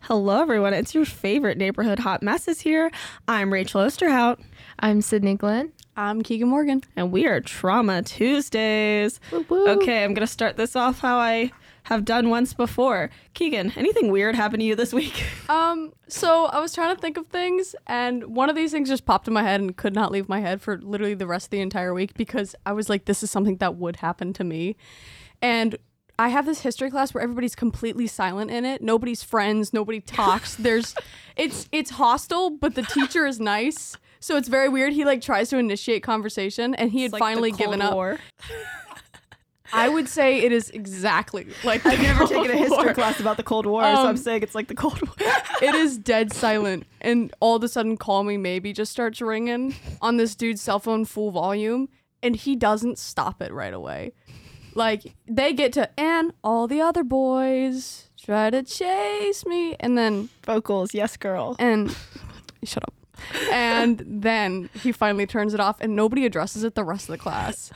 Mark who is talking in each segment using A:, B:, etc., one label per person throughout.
A: Hello, everyone. It's your favorite neighborhood hot messes here. I'm Rachel Osterhout,
B: I'm Sydney Glenn.
C: I'm Keegan Morgan.
A: and we are Trauma Tuesdays. Okay, I'm going to start this off how I have done once before. Keegan, anything weird happened to you this week?
C: Um, so I was trying to think of things, and one of these things just popped in my head and could not leave my head for literally the rest of the entire week because I was like, this is something that would happen to me. And I have this history class where everybody's completely silent in it. Nobody's friends, nobody talks. There's it's it's hostile, but the teacher is nice. So it's very weird. He like tries to initiate conversation and he had
A: Like the
C: finally
A: Cold
C: given up.
A: War.
C: I would say it is exactly like
A: I've never taken a history
C: War.
A: class about the Cold War, so
C: Um,
A: I'm saying it's like the Cold War.
C: it is dead silent and all of a sudden call me maybe just starts ringing on this dude's cell phone full volume and he doesn't stop it right away like they get to and all the other boys try to chase me and then
A: Vocals, yes, girl.
C: and shut up and then he finally turns it off and nobody addresses it the rest of the class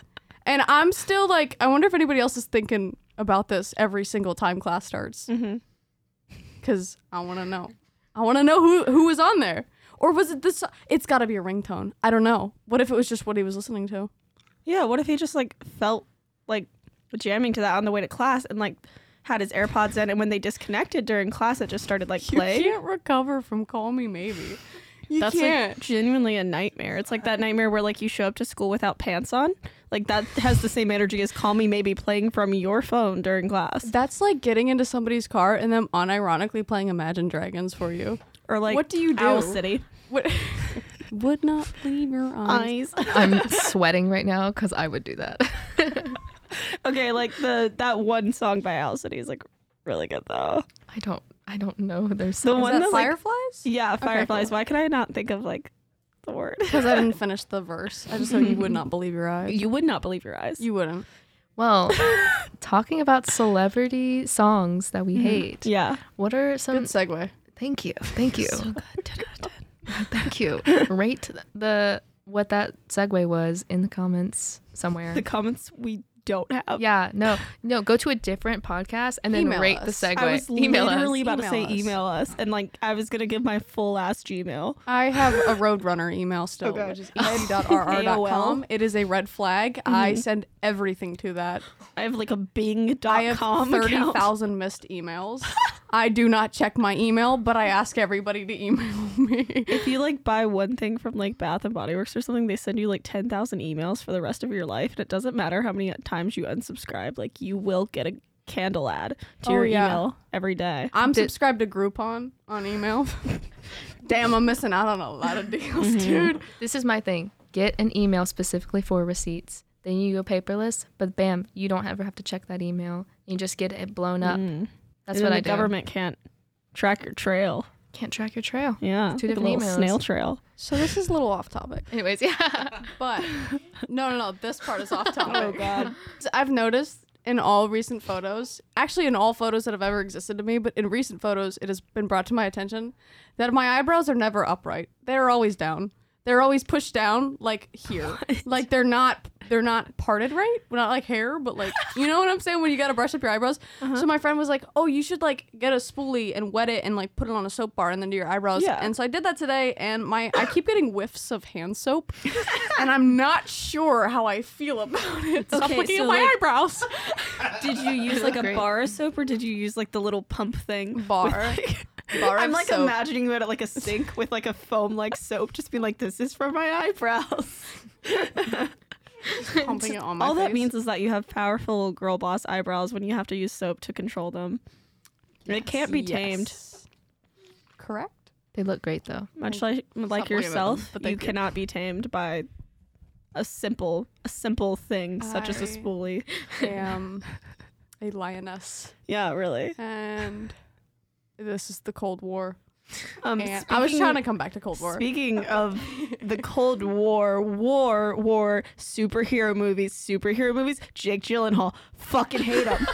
C: and i'm still like i wonder if anybody else is thinking about this every single time class starts
A: Mm-hmm.
C: because I want to know. I want to know who who was on there, or was it this? It's got to be a ringtone. I don't know. What if it was just what he was listening to?
A: Yeah, what if he just like felt like jamming to that on the way to class and like had his AirPods in and when they disconnected during class it just started like
C: You
A: playing?
C: can't recover from "Call Me Maybe." You
A: That's
C: can't.
A: like genuinely a nightmare. It's like that nightmare where like you show up to school without pants on. Like that has the same energy as call me maybe playing from your phone during class.
C: that's like getting into somebody's car and them unironically playing Imagine Dragons for you.
A: Or like
C: What do you do?
A: Owl City.
C: What? Would not leave your eyes.
A: Eyes.
B: I'm sweating right now because I would do that.
A: okay, like the that one song by Owl City is like really good though.
B: I don't. I don't know. There's
A: The one that like
C: fireflies?
A: Yeah, Fireflies.
C: cool.
A: Why can I not think of like the word?
C: Because I didn't finish the verse. I just know you would not believe your eyes.
A: You would not believe your eyes.
C: You wouldn't.
B: Well, talking about celebrity songs that we hate.
A: Mm-hmm. yeah.
B: What are
C: Good
B: some?
C: segue.
B: Thank you. Thank you. thank you. Rate the what that segue was in the comments somewhere.
A: the comments we don't have.
B: yeah. No. No. Go to a different podcast and then
C: Email
B: rate
C: us.
B: the segue.
A: I was
B: Email us.
A: literally about to
C: Email
A: say
C: us.
A: email us, and like I was gonna give my full ass Gmail.
C: I have a Roadrunner email still,
A: Okay.
C: which is E ec.rr.com. It is a red flag. I send everything to that.
A: I have like a Bing.com
C: I have
A: account.
C: 30,000 missed emails. I do not check my email, but I ask everybody to email me.
A: If you like buy one thing from like Bath and Body Works or something, they send you like ten thousand emails for the rest of your life, and it doesn't matter how many times you unsubscribe. Like you will get a candle ad to
C: Oh,
A: your
C: yeah.
A: email every day.
C: I'm
B: Did-
C: subscribed to Groupon on email. Damn, I'm missing out on a lot of deals, dude.
B: This is my thing. Get an email specifically for receipts. Then you go paperless, but bam, you don't ever have to check that email. You just get it blown up.
A: Mm.
B: That's
A: and
B: what
A: then
B: I
A: the
B: do.
A: government can't track your trail.
B: Can't track your trail.
A: Yeah,
B: Two
A: like a
B: different
A: little
B: emails.
A: snail trail.
C: So this is a little off topic,
B: Anyways, yeah.
C: but no, no, no. This part is off topic.
A: god.
C: So I've noticed in all recent photos, actually in all photos that have ever existed to me, but in recent photos, it has been brought to my attention that my eyebrows are never upright. They're always down. They're always pushed down, like here, like they're not they're not parted right, not like hair, but like you know what I'm saying when you gotta brush up your eyebrows.
A: Uh-huh.
C: So my friend was like, "Oh, you should like get a spoolie and wet it and like put it on a soap bar and then do your eyebrows."
A: Yeah.
C: And so I did that today, and my I keep getting whiffs of hand soap, and I'm not sure how I feel about it. Stop
A: Okay,
C: looking
A: so,
C: at my
A: like-
C: eyebrows.
A: Did you use like a
B: Great.
A: bar of soap or did you use like the little pump thing? with,
C: Bar.
A: like-
C: Bar
A: I'm
C: of
A: like
C: soap.
A: imagining you at like a sink with like a foam like soap, just being like, this is for my eyebrows.
C: Pumping it on my
A: All that
C: face.
A: means is that you have powerful girl boss eyebrows when you have to use soap to control them. And it can't be tamed.
C: Yes. Correct.
B: they look great though.
A: Much like like
C: looking at them,
A: yourself,
C: but
A: you,
C: thank you.
A: cannot be tamed by a simple a simple thing such as a
C: I-
A: spoolie.
C: I am a lioness,
A: Yeah, really.
C: and this is the Cold War.
A: Um,
C: And I was
A: speaking-
C: trying to come back to Cold War.
A: Speaking of the Cold War, war, war, superhero movies, superhero movies, Jake Gyllenhaal, fucking hate him.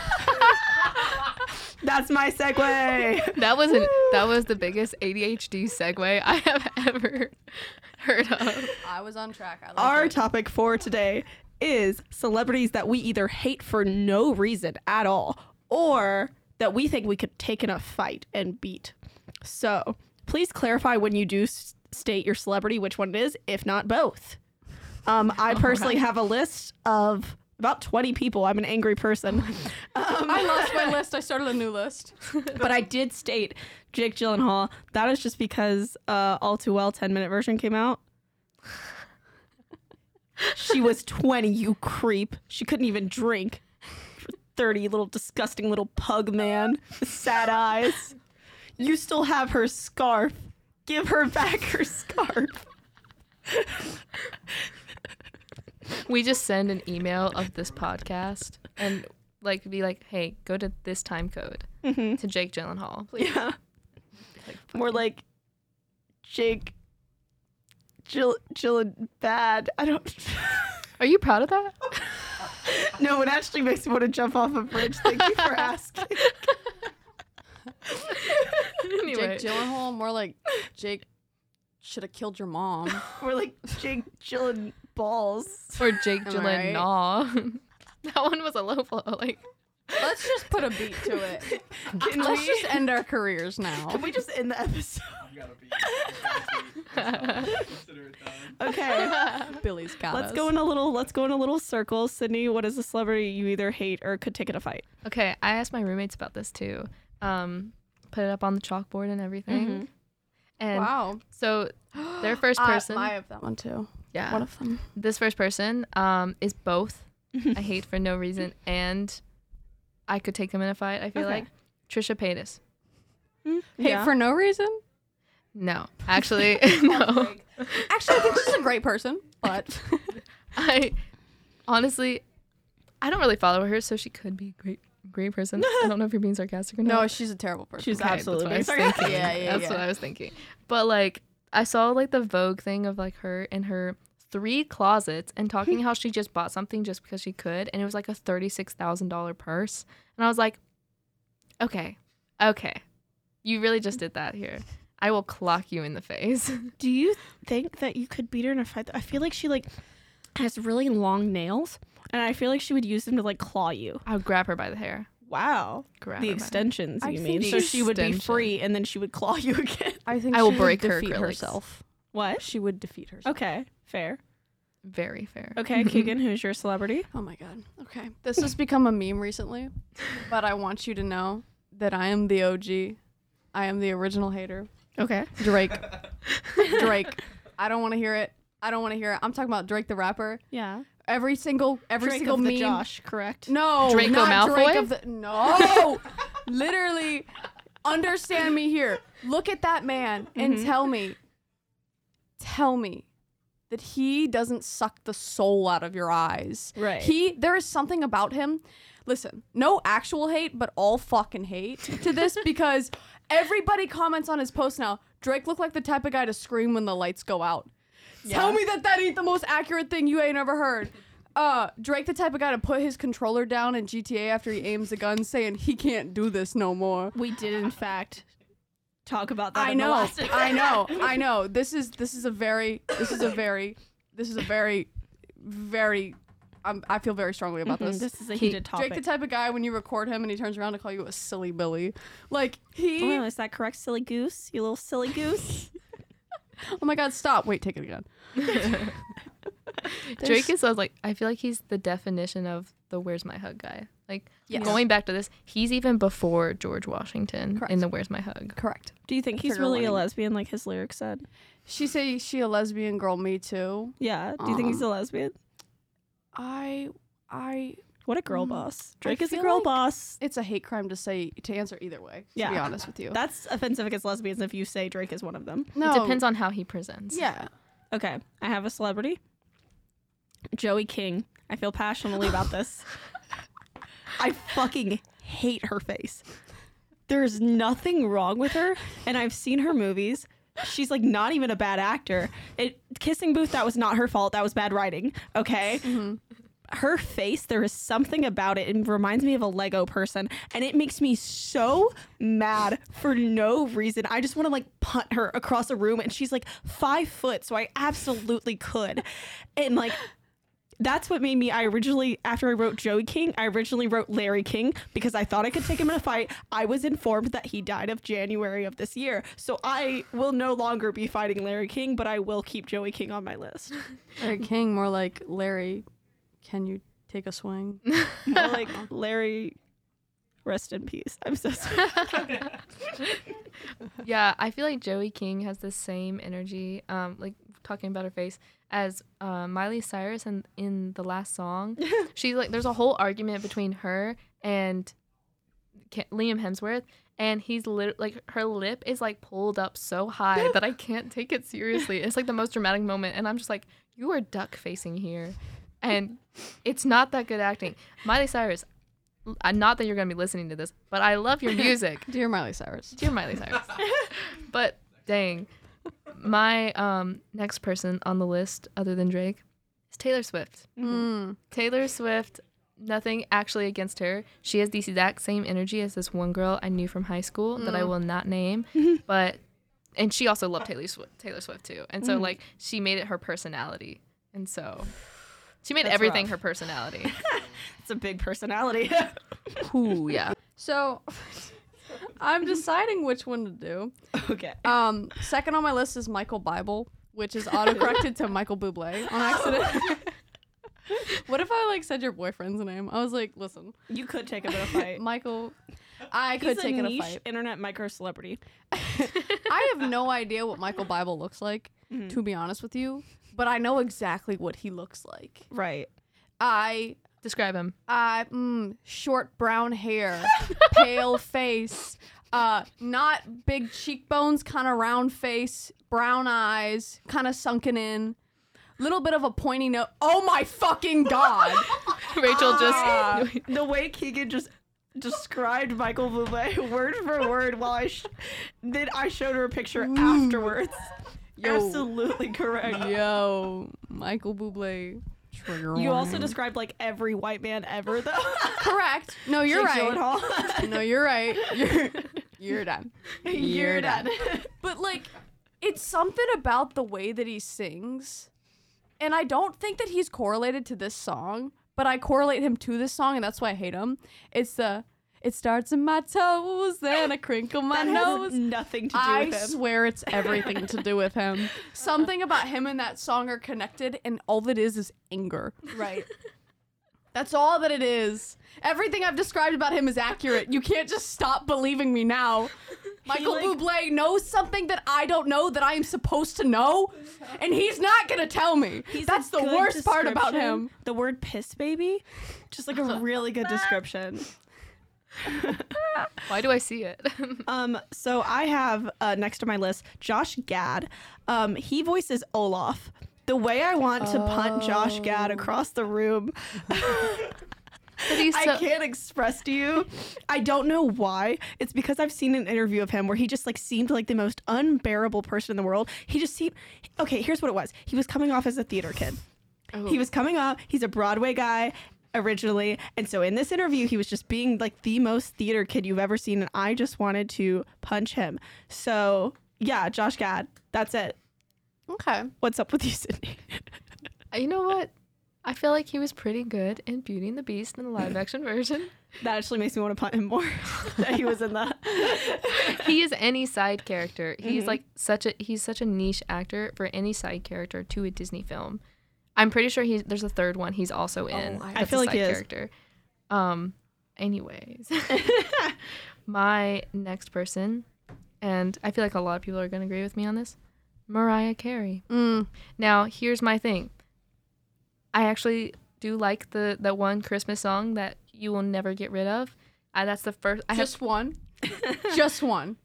A: That's my segue.
B: That was an, that was the biggest ADHD segue I have ever heard of.
C: I was on track. I
A: Our topic for today is celebrities that we either hate for no reason at all or that we think we could take in a fight and beat. So please clarify when you do s- state your celebrity which one it is, if not both. Um, I personally have a list of about 20 people. I'm an angry person. Um,
C: I lost my list. I started a new list.
A: but I did state Jake Gyllenhaal. That is just because uh, All Too Well 10 minute version came out. she was 20, you creep. She couldn't even drink. 30, little disgusting little pug man with sad eyes. You still have her scarf. Give her back her scarf.
B: We just send an email of this podcast and like be like, hey, go to this time code
A: Mm-hmm.
B: to Jake Gyllenhaal.
A: Yeah. More like Jake Jill Jill and bad. I don't
B: Are you proud of that?
A: No, it actually makes me want to jump off a bridge. Thank you for asking.
B: anyway,
C: Jake Gyllenhaal, more like Jake should have killed your mom.
A: We're like Jake Gyllen balls.
B: or Jake
C: Am I
B: Gyllenhaal. that one was a low blow. Like,
C: Let's just put a beat to it.
A: Can
C: Let's
A: we,
C: just end our careers now.
A: can we just end the episode?
D: You gotta be. you gotta be- Consider it done.
A: Okay.
C: Billy's got
A: Let's go in a little let's go in a little circle. Sydney, what is a celebrity you either hate or could take in a fight?
B: okay, I asked my roommates about this too. Um, put it up on the chalkboard and everything. And
C: Wow.
B: so their first person,
C: I, I have that one too.
B: yeah,
C: One of them.
B: this first person um is both I hate for no reason and I could take them in a fight. I feel
A: Okay.
B: like Trisha Paytas.
C: Hate
A: Yeah.
C: for no reason.
B: No, actually, no.
C: Actually, I think she's a great person, but
B: I honestly, I don't really follow her, so she could be a great, great person. I don't know if you're being sarcastic or not.
C: no, she's a terrible person.
A: She's
B: Okay,
A: absolutely
B: that's what I
A: being
B: was
A: sarcastic.
B: thinking.
C: Yeah, yeah,
B: that's
C: yeah.
B: what I was thinking. But like, I saw like the Vogue thing of like her and her three closets and talking how she just bought something just because she could, and it was like a thirty six thousand dollar purse, and I was like, okay, okay, you really just did that here. I will clock you in the face.
A: Do you think that you could beat her in a fight? I feel like she like has really long nails and I feel like she would use them to like claw you.
B: I'll grab her by the hair.
A: Wow.
B: Grab
A: The
B: her by the-
A: extensions,
C: I
A: you
C: think
A: mean.
C: the
A: So she would be
B: extension.
A: free and then she would claw you again.
C: I think
B: I will
C: she
B: break
C: would
B: her
C: defeat
B: acrylics.
C: herself.
A: What?
C: She would defeat herself.
A: Okay, fair.
B: Very fair.
A: Okay,
C: Mm-hmm.
A: Keegan, who's your celebrity?
C: Oh my god. Okay. This has become a meme recently, but I want you to know that I am the OG. I am the original hater.
A: Okay.
C: Drake. Drake. I don't want to hear it. I don't want to hear it. I'm talking about Drake the rapper.
A: Yeah.
C: Every single every
A: Drake
C: single
A: of the
C: meme.
A: Josh, correct?
C: No,
B: Draco
C: not Drake
B: Malfoy?
C: of the, no, literally. Understand me here. Look at that man
B: Mm-hmm.
C: and tell me, tell me that he doesn't suck the soul out of your eyes.
A: Right.
C: He there is something about him. Listen, no actual hate, but all fucking hate to this because everybody comments on his post now. Drake looked like the type of guy to scream when the lights go out. Tell me that that ain't the most accurate thing you ain't ever heard. Uh, Drake, the type of guy to put his controller down in GTA after he aims the gun, saying he can't do this no more.
A: We did, in fact, talk about that.
C: I
A: in the
C: know,
A: last-
C: I know, I know. This is this is a very this is a very this is a very very. I'm, I feel very strongly about this.
A: This is a heated topic.
C: Drake, the type of guy when you record him and he turns around to call you a silly Billy, like he.
A: Oh, is that correct, silly goose? You little silly goose.
C: Oh my God! Stop! Wait, take it again.
B: Drake is like I feel like he's the definition of the where's my hug guy. Like
C: Yes.
B: going back to this, he's even before George Washington
C: Correct.
B: in the where's my hug.
C: Correct.
A: Do you think he's
C: Trigger
A: really a
C: warning.
A: lesbian, like his lyrics said?
C: She say she a lesbian girl. Me too.
A: Yeah. Do you think he's a
C: Uh-huh.
A: lesbian?
C: I I
A: What a girl
C: mm,
A: boss. Drake is a
C: feel
A: girl
C: like-
A: boss.
C: it's a hate crime to say to answer either way. To be
A: Yeah.
C: honest with you,
A: That's offensive against lesbians if you say Drake is one of them.
C: no
B: It depends on how he presents.
C: Yeah,
A: Okay, I have a celebrity. Joey King. I feel passionately about this. I fucking hate her face. There's nothing wrong with her, and I've seen her movies. She's like not even a bad actor. It, Kissing Booth, that was not her fault. That was bad writing. Okay. Her face, there is something about it. It reminds me of a Lego person, and it makes me so mad for no reason. I just want to like punt her across a room, and she's like five foot, so I absolutely could. And like, that's what made me. I originally, after I wrote Joey King, I originally wrote Larry King because I thought I could take him in a fight. I was informed that he died of January of this year, so I will no longer be fighting Larry King, but I will keep Joey King on my list.
C: Larry King, more like Larry. Can you take a swing?
A: More like Larry, rest in peace. I'm so sorry.
B: Yeah, I feel like Joey King has the same energy, um, like talking about her face, as uh, Miley Cyrus and in the last song. She's like, there's a whole argument between her and Ke- Liam Hemsworth, and he's lit- like, her lip is like pulled up so high that I can't take it seriously. It's like the most dramatic moment, and I'm just like, you are duck facing here, and it's not that good acting. Miley Cyrus, l- uh, not that you're gonna be listening to this, but I love your music
C: Dear Miley Cyrus.
B: dear Miley Cyrus. but dang, my um next person on the list other than Drake is Taylor Swift.
C: Mm.
B: Taylor Swift, nothing actually against her. She has the exact same energy as this one girl I knew from high school that
A: Mm.
B: I will not name, but and she also loved Taylor Swift, Taylor Swift too. And
A: Mm.
B: so like she made it her personality. And so she made everything her personality.
A: It's a big personality.
B: Ooh, yeah.
C: So, I'm deciding which one to do.
A: okay.
C: Um, second on my list is Michael Bible, which is autocorrected to Michael Bublé on accident. what if I like said your boyfriend's name? I was like, listen,
A: You could take him in a fight.
C: Michael, I
A: He's
C: could take
A: a
C: it
A: niche
C: a fight.
A: internet micro celebrity.
C: I have no idea what Michael Bible looks like,
A: Mm-hmm.
C: to be honest with you, but I know exactly what he looks like.
A: Right.
C: I
B: Describe him.
C: uh, mm, short brown hair, pale face, uh, not big cheekbones, kind of round face, brown eyes, kind of sunken in, little bit of a pointy nose. Oh my fucking god!
B: Rachel just
A: The way Keegan just described Michael Bublé word for word while I sh- then I showed her a picture afterwards.
C: Yo.
A: Absolutely correct.
C: Yo, Michael Bublé. Trigger
A: You also
C: warning.
A: described like every white man ever though.
C: correct. No, you're
A: Jake
C: right.
A: Gyllenhaal.
C: No, you're right. You're you're done.
A: You're done.
C: But like, it's something about the way that he sings, and I don't think that he's correlated to this song, but I correlate him to this song, and that's why I hate him. It's the it starts in my toes, then I crinkle my
A: That has
C: nose.
A: nothing to do
C: I
A: with him.
C: swear it's everything to do with him. Something about him and that song are connected, and all that is is anger.
A: right.
C: That's all that it is. Everything I've described about him is accurate. You can't just stop believing me now. Michael
A: like-
C: Bublé knows something that I don't know that I am supposed to know, and he's not gonna tell me.
A: He's a
C: That's the
A: good
C: worst part about
A: description.
C: him.
A: The word piss baby. Just like a really good description.
B: Why do I see it?
A: Um, so I have uh, next to my list Josh Gad. Um, he voices Olaf. The way I want to punt Josh Gad across the room,
B: But he's
A: I can't express to you. I don't know why. It's because I've seen an interview of him where he just like seemed like the most unbearable person in the world. He just seemed okay. Here's what it was. He was coming off as a theater kid. He was coming up. He's a Broadway guy originally. And so in this interview, he was just being like the most theater kid you've ever seen. And I just wanted to punch him. So yeah, Josh Gad. That's it.
C: Okay.
A: What's up with you, Sydney?
B: You know what? I feel like he was pretty good in Beauty and the Beast in the live action version.
A: that actually makes me want to punt him more that he was in that.
B: He is any side character. He's like such a he's such a niche actor for any side character to a Disney film. I'm pretty sure he's there's a third one he's also in.
C: I-
B: that's
A: feel
B: a
A: like he
B: side
A: is.
B: character. Um anyways. My next person, and I feel like a lot of people are gonna agree with me on this, Mariah Carey.
C: Mm.
B: Now, here's my thing. I actually do like the that one Christmas song that you will never get rid of. Uh, that's the first. I have
C: Just one. Just one.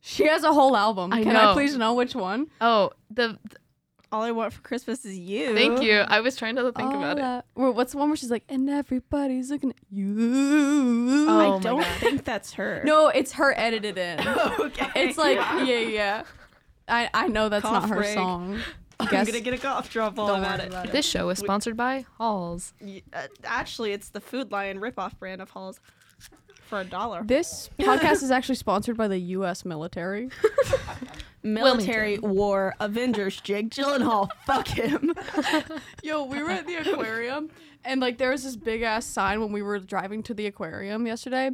C: She has a whole album.
B: I
C: Can
B: know.
C: I please know which one?
B: oh the, th-
A: All I want for Christmas is you.
B: thank you. I was trying to think about it.
C: What's the one where she's like, and everybody's looking at
B: Oh
C: you?
A: I
B: my
A: don't
B: God.
A: think that's her.
C: No, it's her edited in.
A: okay.
C: It's like yeah, yeah. I I know that's
A: Cough
C: not her
A: break.
C: song.
A: I'm
C: guess-
A: gonna get a cough drop while I'm
C: Don't
A: at
C: worry
A: it.
C: about it.
B: This show is sponsored by Halls.
A: Y- uh, Actually, it's the Food Lion ripoff brand of Halls for a dollar.
C: This podcast is actually sponsored by the U.S. military.
A: military war Avengers Jake Gyllenhaal. Fuck him.
C: Yo, we were at the aquarium, and like there was this big ass sign when we were driving to the aquarium yesterday,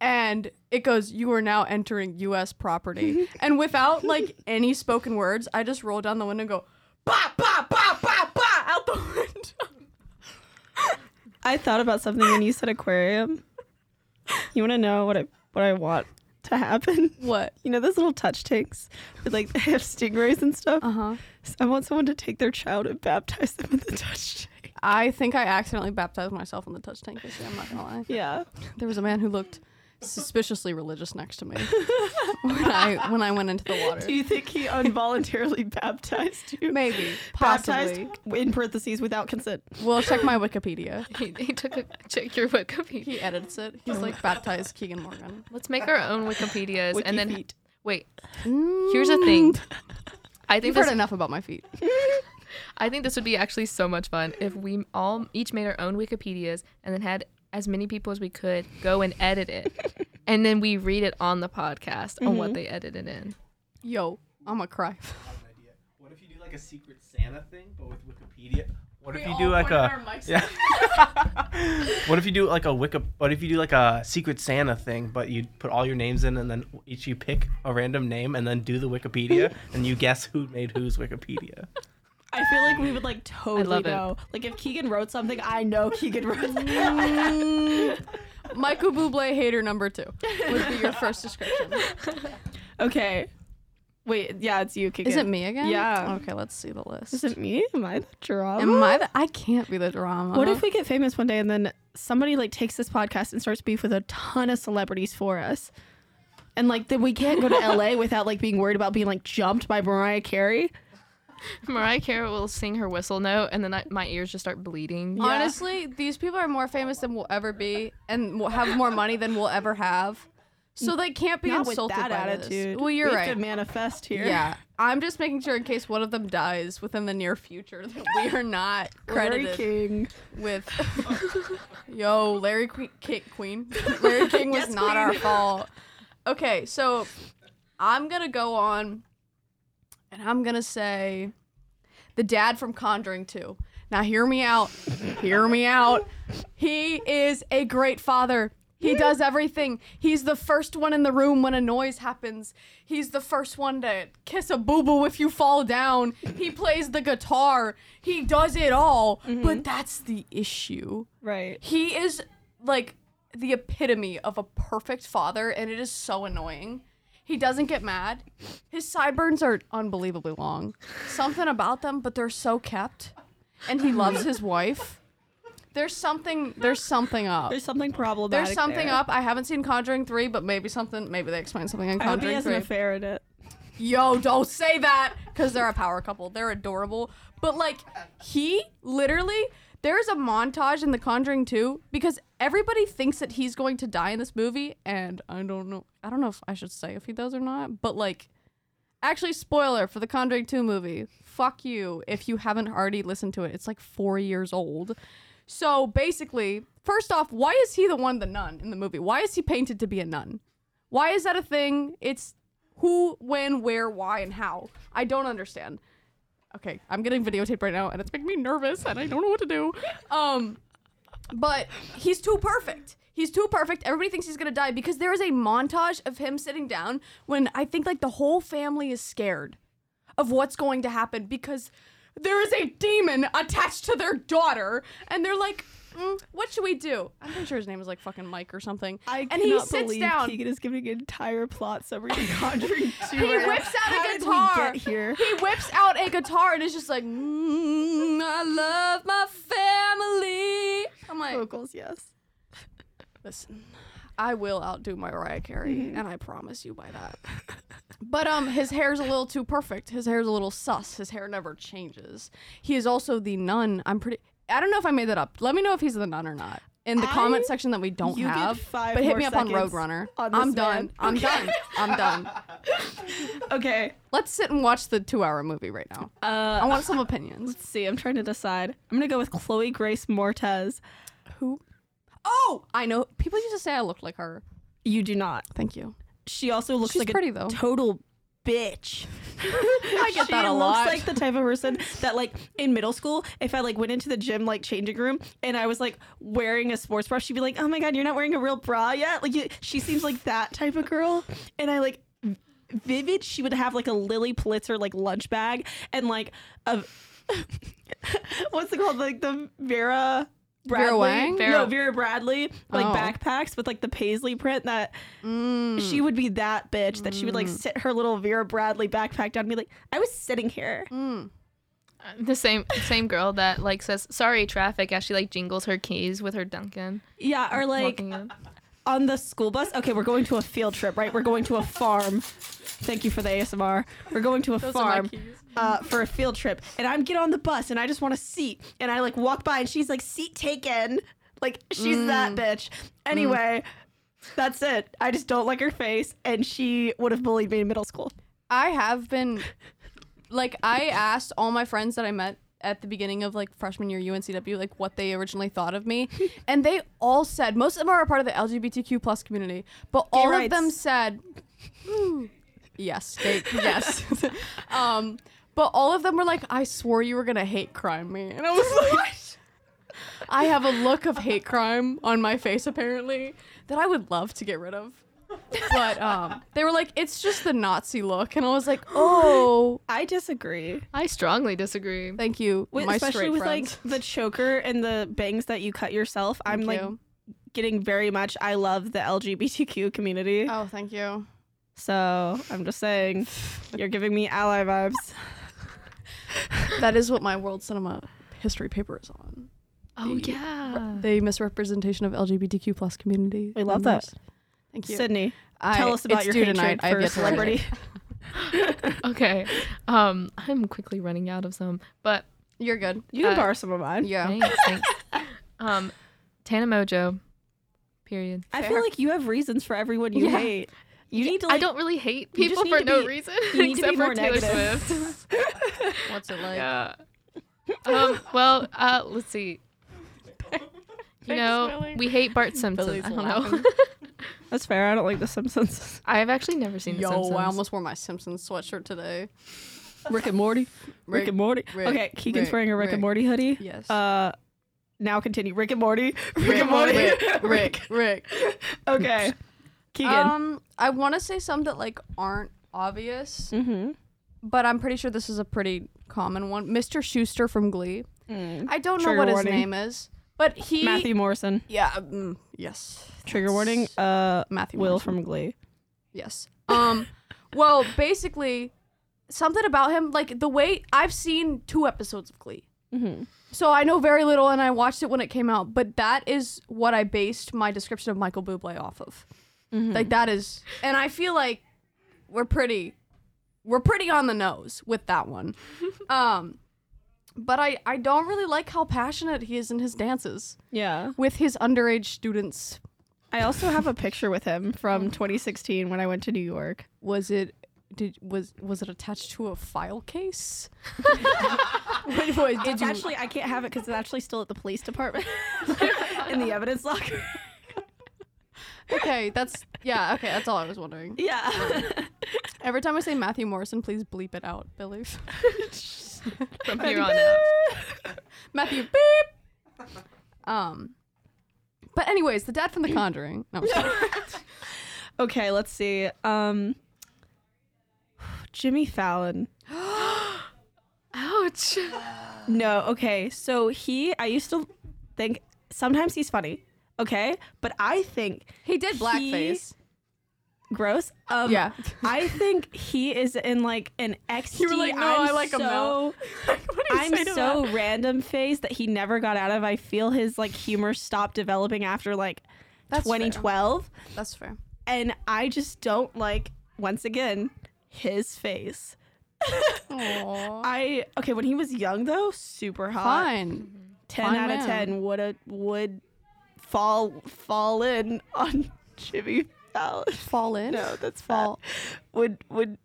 C: and it goes, "You are now entering U.S. property." and without like any spoken words, I just roll down the window and go, "Ba ba ba ba ba!" out the window.
A: I thought about something when you said aquarium. You want to know what I what I want to happen?
C: What?
A: You know those little touch tanks with like they have stingrays and stuff.
C: Uh huh.
A: So I want someone to take their child and baptize them in the touch tank.
C: I think I accidentally baptized myself in the touch tank. This year, I'm not gonna lie.
A: Yeah.
C: There was a man who looked suspiciously religious next to me when I when I went into the water.
A: Do you think he involuntarily baptized you?
C: Maybe, possibly.
A: Baptized in parentheses without consent.
C: We'll check my Wikipedia.
B: He, he took a check your Wikipedia.
C: He edits it. He's like baptized Keegan Morgan.
B: Let's make our own Wikipedias and then
A: Wikifeet.
B: wait.
C: Mm,
B: Here's the thing. I think
C: You've
B: this,
C: heard enough about my feet.
B: I think this would be actually so much fun if we all each made our own Wikipedias and then had as many people as we could go and edit it. and then we read it on the podcast on what they edited in.
C: Yo, I'm a cry.
D: I have an idea. What if you do like a Secret Santa thing, but with Wikipedia? What if
C: We
D: you
C: all
D: do like
C: pointed
D: a
C: our mics
D: yeah? what if you do like a Wiki? What if you do like a Secret Santa thing, but you put all your names in, and then each you pick a random name, and then do the Wikipedia, and you guess who made whose Wikipedia.
A: I feel like we would like totally
B: love it.
A: know. Like if Keegan wrote something, I know Keegan wrote.
C: Michael Bublé hater number two would be your first description.
A: okay. Wait, yeah, it's you, Keegan.
C: Is it me again?
A: Yeah.
C: Okay, let's see the list.
A: Is it me? Am I the drama?
C: Am I? The, I can't be the drama.
A: What if we get famous one day and then somebody like takes this podcast and starts beef with a ton of celebrities for us? And like then we can't go to LA without like being worried about being like jumped by Mariah Carey.
B: Mariah Carey will sing her whistle note and then I, my ears just start bleeding.
C: Honestly, these people are more famous than we'll ever be, and will have more money than we'll ever have. So they can't be
A: Not with
C: insulted
A: that
C: by this.
A: attitude.
C: Well, you're
A: we
C: right.
A: Could manifest here.
C: Yeah, I'm just making sure in case one of them dies within the near future that we are not
A: Larry
C: credited
A: King.
C: with. Yo, Larry que- Ki- Queen. Larry King was not our fault. Okay, so I'm gonna go on, and I'm gonna say, the dad from Conjuring 2. Now hear me out. hear me out. He is a great father. He does everything. He's the first one in the room when a noise happens. He's the first one to kiss a boo boo if you fall down. He plays the guitar. He does it all. But that's the issue.
A: Right.
C: He is like the epitome of a perfect father, and it is so annoying. He doesn't get mad. His sideburns are unbelievably long. Something about them, but they're so kept. And he loves his wife. There's something. There's something up.
A: There's something problematic.
C: There's something
A: there.
C: up. I haven't seen Conjuring Three, but maybe something. Maybe they explain something in
A: I hope he
C: Conjuring
A: has an
C: Three.
A: affair in it.
C: Yo, don't say that because they're a power couple. They're adorable. But like, he literally, there's a montage in The Conjuring 2 because everybody thinks that he's going to die in this movie. And I don't know, I don't know if I should say if he does or not, but like, actually, spoiler for The Conjuring 2 movie. Fuck you if you haven't already listened to it. It's like four years old. So basically, first off, why is he the one, the nun in the movie? Why is he painted to be a nun? Why is that a thing? It's who, when, where, why, and how. I don't understand. Okay, I'm getting videotaped right now, and it's making me nervous, and I don't know what to do. Um, but he's too perfect. He's too perfect. Everybody thinks he's gonna die because there is a montage of him sitting down when I think like the whole family is scared of what's going to happen because there is a demon attached to their daughter, and they're like, "Mm, "What should we do?" I'm pretty sure his name is like fucking Mike or something.
A: I
C: and he
A: cannot
C: sits
A: believe
C: down.
A: Keegan is giving an entire plot summary to Conjuring 2.
C: He
A: right now.
C: whips out a
A: How did we
C: guitar.
A: get here?
C: He whips out a guitar and is just like, mm, I love my family. I'm like,
A: Vocals, yes.
C: listen, I will outdo my Mariah Carey,
A: Mm-hmm.
C: and I promise you by that. But um, his hair's a little too perfect. His hair's a little sus. His hair never changes. He is also the nun. I'm pretty. I don't know if I made that up. Let me know if he's the nun or not in the
A: I-
C: comment section that we don't
A: you get
C: have.
A: five
C: but hit
A: more
C: me up on
A: seconds
C: Roadrunner.
A: on this
C: I'm done.
A: man.
C: I'm done. I'm done.
A: Okay.
C: Let's sit and watch the two-hour movie right now.
A: Uh,
C: I want some opinions.
A: Let's see. I'm trying to decide. I'm gonna go with Chloe Grace Mortez.
C: Who? Oh, I know. People used to say I looked like her.
A: You do not.
C: Thank you.
A: She also looks
C: She's
A: like
C: pretty,
A: a
C: though.
A: total bitch.
C: I get
A: she
C: that a
A: looks
C: lot.
A: like the type of person that like in middle school, if I like went into the gym like changing room and I was like wearing a sports bra, she'd be like, "Oh my god, you're not wearing a real bra yet." Like you, she seems like that type of girl, and I like v- vivid. She would have like a Lily Pulitzer like lunch bag and like a what's it called like the Vera. Bradley,
C: Vera Wang?
B: Vera-
A: no Vera Bradley, like
C: Oh.
A: backpacks with like the paisley print that
C: Mm.
A: she would be that bitch that she would like sit her little Vera Bradley backpack down and be like, I was sitting here.
C: Mm.
B: The same same girl that like says sorry traffic as she like jingles her keys with her Duncan.
A: Yeah, or like
B: walking in.
A: on the school bus. Okay, we're going to a field trip, right? We're going to a farm. Thank you for the ASMR. We're going to a farm uh, for a field trip, and I'm get on the bus and I just want a seat, and I like walk by and she's like seat taken, like she's
C: Mm.
A: that bitch. Anyway. That's it. I just don't like her face, and she would have bullied me in middle school.
C: I have been like I asked all my friends that I met at the beginning of like freshman year UNCW like what they originally thought of me and they all said most of them are a part of the LGBTQ plus community but all of
A: rights.
C: them said "Hmm, yes they, yes um but all of them were like I swore you were going to hate crime me and I was like I have a look of hate crime on my face apparently that I would love to get rid of but um, they were like, it's just the Nazi look, and I was like, oh,
A: I disagree.
B: I strongly disagree.
C: thank you,
A: With,
C: my
A: especially
C: straight
A: with
C: friends.
A: like the choker and the bangs that you cut yourself. I'm
C: Thank
A: like
C: you.
A: getting very much I love the LGBTQ community.
C: oh, thank you.
A: So I'm just saying you're giving me ally vibes.
C: That is what my world cinema history paper is on.
B: Oh yeah.
C: The misrepresentation of LGBTQ plus community.
A: We love that.
C: members. Thank you.
A: Sydney,
C: I-
A: tell us about
C: it's
A: your
C: due
A: hatred
C: tonight. I have
A: for
C: yet to read it.
A: celebrity.
B: Okay. Um, I'm quickly running out of some, but
C: You're good.
A: You can
B: Uh,
A: borrow some of mine.
C: Yeah.
B: thanks, thanks. Um, Tana Mojo. Period.
A: I
C: fair.
A: feel like you have reasons for everyone you
B: Yeah.
A: hate. You need to
B: I
A: like
B: don't really hate
A: you just
B: people
A: need
B: for
A: to
B: no
A: be-
B: reason
A: you need to
B: except
A: be
B: for
A: more
B: Taylor
A: negative.
B: Swift.
C: What's it like?
B: yeah. Um, well, uh, let's see. You know,
C: Millie.
B: we hate Bart Simpson. I don't know.
A: That's fair. I don't like the Simpsons.
B: I've actually never seen The
C: Yo,
B: Simpsons.
C: I almost wore my Simpsons sweatshirt today.
A: Rick and Morty. Rick,
C: Rick-
A: and Morty.
C: Rick-
A: okay, Keegan's
C: Rick-
A: wearing a Rick,
C: Rick.
A: and Morty hoodie.
C: Yes.
A: Uh now continue. Rick and Morty. Rick,
C: Rick,
A: and Morty.
C: Rick, Rick, Rick.
A: Okay. Keegan.
C: Um, I want to say some that like aren't obvious.
A: mm-hmm.
C: but I'm pretty sure this is a pretty common one. Mr. Schuster from Glee. I don't know
A: Trigger
C: what
A: warning.
C: his name is, but he.
A: Matthew Morrison.
C: Yeah. mm, yes.
A: Trigger warning. Uh,
C: Matthew.
A: Will
C: Morrison.
A: from Glee.
C: Yes. Um. well, basically, something about him, like the way I've seen two episodes of Glee.
A: Mhm.
C: So I know very little, and I watched it when it came out. But that is what I based my description of Michael Bublé off of. Like that is, and I feel like we're pretty, we're pretty on the nose with that one. um, but I I don't really like how passionate he is in his dances
A: Yeah.
C: with his underage students.
A: I also have a picture with him
C: Oh.
A: from 2016 when I went to New York.
C: Was it? Did was was it attached to a file case? Wait, wait, did
A: It's
C: you-
A: actually I can't have it because it's actually still at the police department in the evidence locker.
C: Okay, that's yeah. Okay, that's all I was wondering.
A: Yeah.
C: Every time I say Matthew Morrison, please bleep it out, Billy.
B: from here on out.
C: Matthew beep. Um, but anyways, the dad from The Conjuring. No, I'm sorry.
A: okay. Let's see. Um, Jimmy Fallon.
B: Ouch.
A: No, okay. So he, I used to think sometimes he's funny, okay? But I think
C: he did blackface.
A: gross. Um,
C: yeah,
A: I think he is in like an XD.
C: were like, no,
A: I'm
C: I like
A: so,
C: him now.
A: I'm so random phase that he never got out of. I feel his like humor stopped developing after like
C: That's
A: 2012,
C: that's fair.
A: and I just don't like once again his face.
C: Aww.
A: I okay when he was young though, super hot.
C: Fine.
A: 10
C: Fine
A: out of
C: man.
A: 10 would a, would fall fall in on Jimmy Fallon.
C: Fall in.
A: No, that's
C: Fall.
A: fall. Would would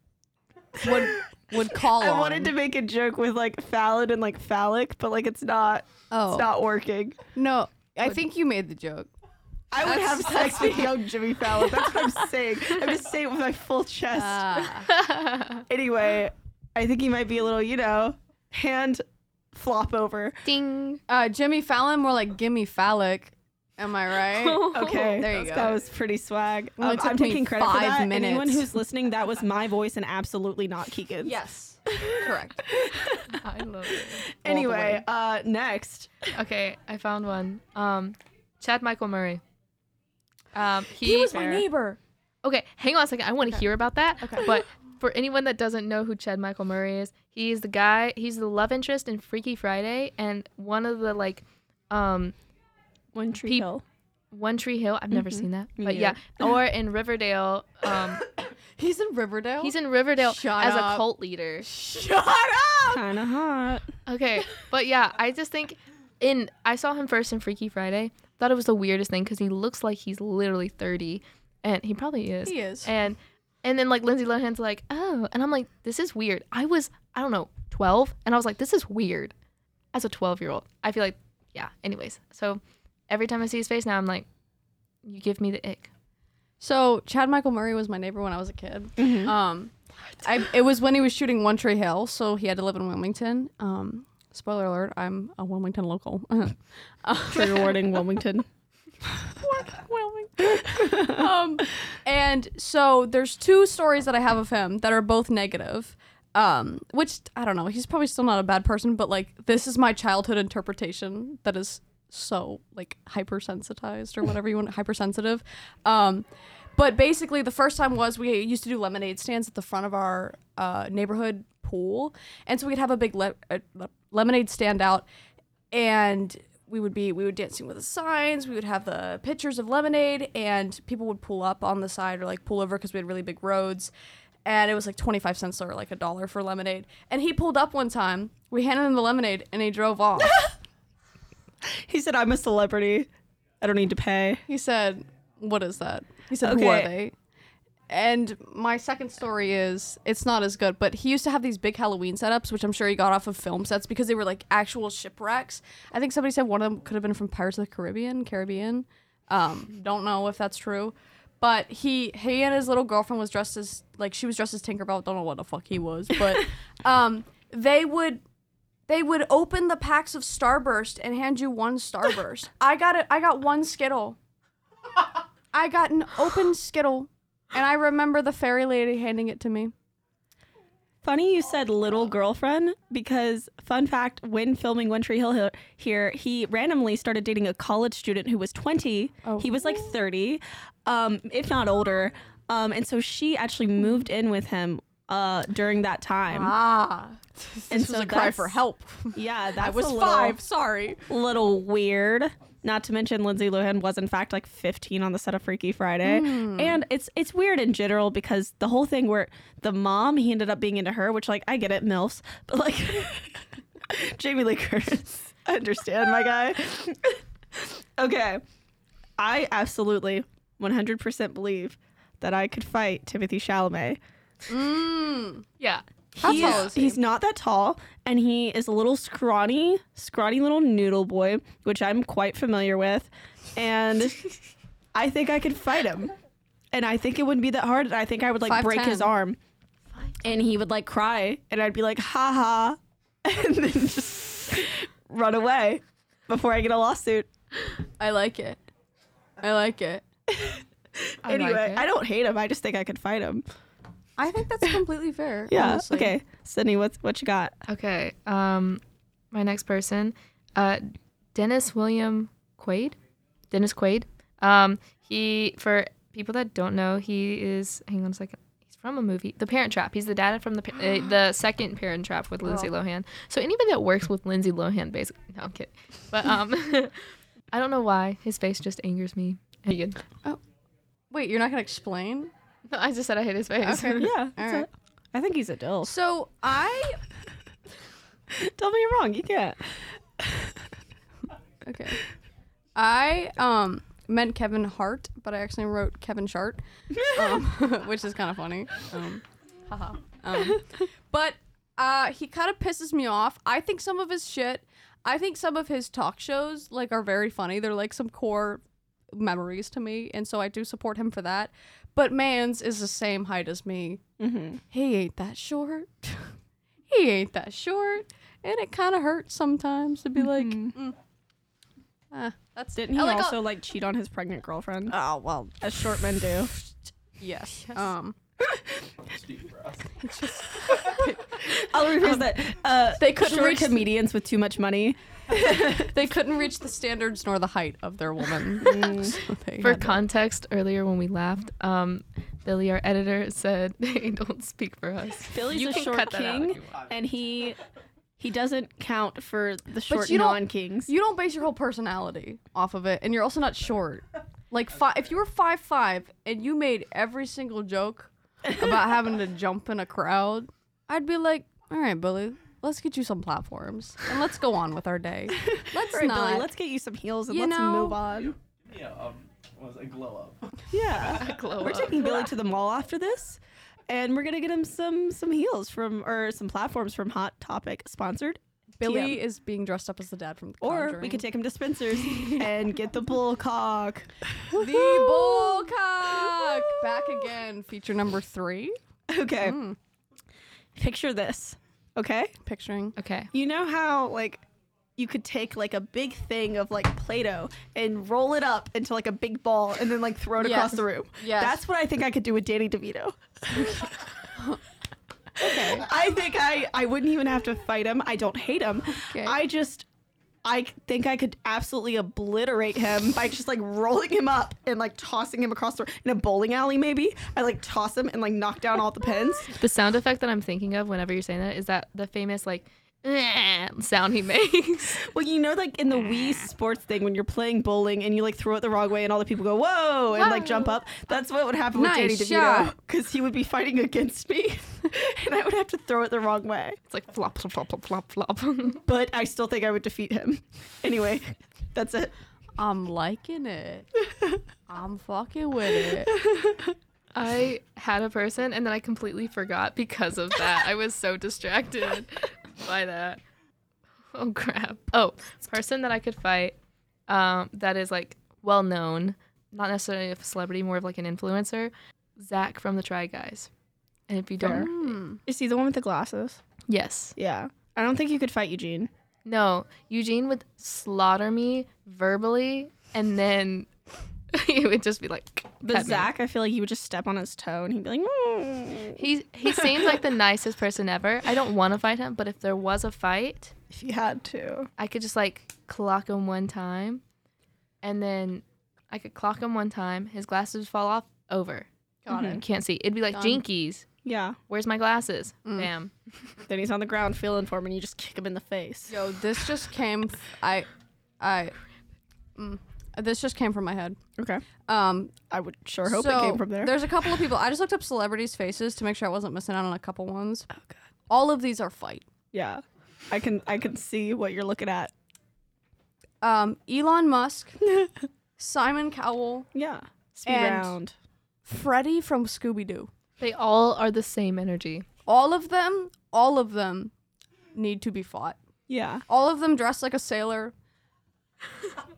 C: Would would call
A: I
C: on.
A: wanted to make a joke with like Fallon and like phallic, but like it's not
C: Oh
A: it's not working.
C: no, I think you made the joke.
A: I would
C: That's-
A: have sex with young Jimmy Fallon. That's what I'm saying. I'm just saying it with my full chest.
C: Ah.
A: anyway, I think he might be a little, you know, hand flop over.
B: Ding.
C: Uh, Jimmy Fallon, more like Gimme Phallic. Am I right?
A: Okay,
C: Oh, There you go.
A: That was pretty swag.
C: Well,
A: Um,
C: it took
A: I'm
C: me
A: taking credit for
C: five
A: that.
C: minutes.
A: Anyone who's listening, that was my voice and absolutely not Keegan's.
C: yes. Correct.
B: I love it.
A: Anyway, uh, next.
B: Okay, I found one. Um, Chad Michael Murray. Um, he,
C: neighbor.
B: Okay, hang on a second. I want to hear about that. Okay. But for anyone that doesn't know who Chad Michael Murray is, he's the guy. He's the love interest in Freaky Friday, and one of the like, um,
A: One Tree
B: Peep-
A: Hill.
B: One Tree Hill. I've never seen that,
A: Me
B: but yeah. Or in Riverdale, um,
C: He's in Riverdale.
B: he's in Riverdale
C: Shut
B: as
C: up.
B: a cult leader.
C: Shut up.
A: Kinda hot.
B: Okay, but yeah, I just think in I saw him first in Freaky Friday. Thought it was the weirdest thing because he looks like he's literally thirty, and he probably is.
C: He is.
B: And and then like Lindsay Lohan's like, oh, and I'm like, this is weird. I was I don't know twelve, and I was like, this is weird. As a twelve year old, I feel like yeah. Anyways, so every time I see his face now, I'm like, you give me the ick.
C: So Chad Michael Murray was my neighbor when I was a kid. Um, I, it was when he was shooting One Tree Hill, so he had to live in Wilmington. Um, spoiler alert: I'm a Wilmington local.
A: Trigger warning, Wilmington.
C: um, and so there's two stories that I have of him that are both negative. Um, which I don't know. He's probably still not a bad person, but like this is my childhood interpretation that is so like hypersensitized or whatever you want hypersensitive. Um, but basically the first time was we used to do lemonade stands at the front of our uh, neighborhood pool, and so we'd have a big le- uh, le- lemonade stand out, and we would be we would dancing with the signs we would have the pictures of lemonade and people would pull up on the side or like pull over because we had really big roads and it was like 25 cents or like a dollar for lemonade and he pulled up one time we handed him the lemonade and he drove off
A: He said, I'm a celebrity. I don't need to pay.
C: he said what is that he said who are
A: Okay.
C: they and my second story is it's not as good but he used to have these big halloween setups which i'm sure he got off of film sets because they were like actual shipwrecks i think somebody said one of them could have been from pirates of the caribbean caribbean Um, don't know if that's true. But he he and his little girlfriend was dressed as like she was dressed as Tinkerbell. Don't know what the fuck he was, but um they would they would open the packs of Starburst and hand you one Starburst. I got it I got one Skittle. I got an open Skittle. And I remember the fairy lady handing it to me.
A: Funny you said little girlfriend because fun fact when filming One Tree Hill he- here he randomly started dating a college student who was 20
C: Oh.
A: he was like 30 um if not older um and so she actually moved in with him uh during that time
C: Ah. This
A: And
C: was
A: so
C: a cry
A: that's-
C: for help.
A: yeah that
C: I was
A: a little,
C: five, sorry.
A: little weird not to mention Lindsay Lohan was in fact like 15 on the set of Freaky Friday and it's it's weird in general because the whole thing where the mom he ended up being into her which like I get it MILFs but like Jamie Lee Curtis. I understand, my guy. okay. I absolutely 100% believe that I could fight Timothy Chalamet.
B: Yeah.
C: How
A: He
C: tall
A: is-
C: is he?
A: He's not that tall, and he is a little scrawny, scrawny little noodle boy, which I'm quite familiar with. And I think I could fight him. And I think it wouldn't be that hard. And I think I would like break his
C: 5'10".
A: arm. And he would like cry. And I'd be like, ha ha. And then just run away before I get a lawsuit.
C: I like it. I like it.
B: I like
A: anyway,
B: it.
A: I don't hate him. I just think I could fight him.
C: I think that's completely fair.
A: Yeah.
C: honestly.
A: Okay. Sydney, what's what you got?
B: Okay. Um, my next person, uh, Dennis William Quaid. Dennis Quaid. Um, he for people that don't know, he is. Hang on a second. He's from a movie, The Parent Trap. He's the dad from the pa- uh, the second Parent Trap with Lindsay Lohan. So anybody that works with Lindsay Lohan, basically. No, I'm kidding. But um, I don't know why his face just angers me. Again.
C: Wait, you're not gonna explain?
B: No, I just said I hate his face.
C: Okay.
A: Yeah. that's
C: right.
A: it. I think he's a dill.
C: So I
A: Tell me you're wrong. You can't.
C: okay. I um meant Kevin Hart, but I actually wrote Kevin Shart, um, which is kind of funny. Um,
B: Haha.
C: um, but uh, he kind of pisses me off. I think some of his shit. I think some of his talk shows like are very funny. They're like some core memories to me, and so I do support him for that. But Mans is the same height as me.
A: Mm-hmm.
C: He ain't that short. he ain't that short, and it kind of hurts sometimes to be like, mm, ah, that's
A: Didn't he
C: I like
A: also Oh, like cheat on his pregnant girlfriend?
C: Oh well,
A: as short men do.
C: yes. Um,
A: I'll rephrase that. Uh,
C: they couldn't
A: short
C: reach-
A: comedians with too much money.
C: they couldn't reach the standards nor the height of their
A: Mm.
C: woman. So they
B: For
C: had to-
B: context, earlier when we laughed, um, Billy, our editor, said, "Hey, don't speak for us."
A: Billy's
B: You
A: a
B: can
A: short
B: cut that out if
A: king,
B: you want.
A: and he he doesn't count for the short
C: you don't-
A: non-kings.
C: you don't base your whole personality off of it, and you're also not short. Like fi- if you were five five and you made every single joke about having to jump in a crowd, I'd be like, all right, Billy, let's get you some platforms and let's go on with our day. Let's
A: All right,
C: not.
A: Billy, let's get you some heels and
C: You
A: let's
C: know-
A: move on.
D: Yeah, um, what was it, glow up?
A: Yeah.
B: Glow
A: We're
B: up.
A: taking Billy to the mall after this, and we're gonna get him some some heels from or some platforms from Hot Topic sponsored. TM.
C: Billy is being dressed up as the dad from the
A: Or
C: Conjuring.
A: we could take him to Spencer's and get the bull cock.
C: the bullcock back again. Feature number three.
A: Okay. Mm. Picture this. Okay.
C: Picturing
B: Okay.
A: You know how like you could take like a big thing of like Play-Doh and roll it up into like a big ball and then like throw it
C: Yes.
A: across the room.
C: Yes.
A: That's what I think I could do with Danny DeVito. okay. I think I I wouldn't even have to fight him. I don't hate him.
C: Okay.
A: I just I c- think I could absolutely obliterate him by just like rolling him up and like tossing him across the in a bowling alley maybe. I like toss him and like knock down all the pins.
B: The sound effect that I'm thinking of whenever you're saying that is that the famous like sound he makes.
A: Well, you know, like in the Wii sports thing, when you're playing bowling and you like throw it the wrong way, and all the people go "whoa" and like jump up. That's what would happen with
C: Nice
A: Danny DeVito
C: shot.
A: because he would be fighting against me, and I would have to throw it the wrong way.
B: It's like flop, flop, flop, flop, flop, flop.
A: But I still think I would defeat him. Anyway, that's it.
C: I'm liking it. I'm fucking with it.
B: I had a person and then I completely forgot because of that. I was so distracted by that. Oh crap. Oh, person that I could fight um, that is like well known, not necessarily a celebrity, more of like an influencer. Zach from the Try Guys. And if you don't,
A: Is he the one with the glasses?
B: yes,
A: Yeah. I don't think you could fight Eugene.
B: no, Eugene would slaughter me verbally, and then he would just be like,
A: But
B: pet me.
A: Zach, I feel like he would just step on his toe and he'd be like, "Mm."
B: He he seems like the nicest person ever. I don't want to fight him, but if there was a fight,
A: if you had to.
B: I could just like clock him one time, and then I could clock him one time. His glasses fall off. Over.
C: Got
B: You Can't see. It'd be like
C: Done.
B: jinkies.
A: Yeah.
B: Where's my glasses? Bam.
A: Then he's on the ground feeling for him and you just kick him in the face.
C: Mm-hmm. Yo, this just came. f- I, I, mm, this just came from my head.
A: Okay.
C: Um,
A: I would sure hope
C: so
A: it came from there.
C: There's a couple of people. I just looked up celebrities' faces to make sure I wasn't missing out on a couple ones. Oh god. All of these are fight.
A: Yeah. I can I can see what you're looking at.
C: Um, Elon Musk, Simon Cowell,
A: Yeah. Speed
C: And-
A: round.
C: Freddy from Scooby Doo.
B: They all are the same energy.
C: All of them. All of them need to be fought.
A: Yeah.
C: All of them dressed like a sailor.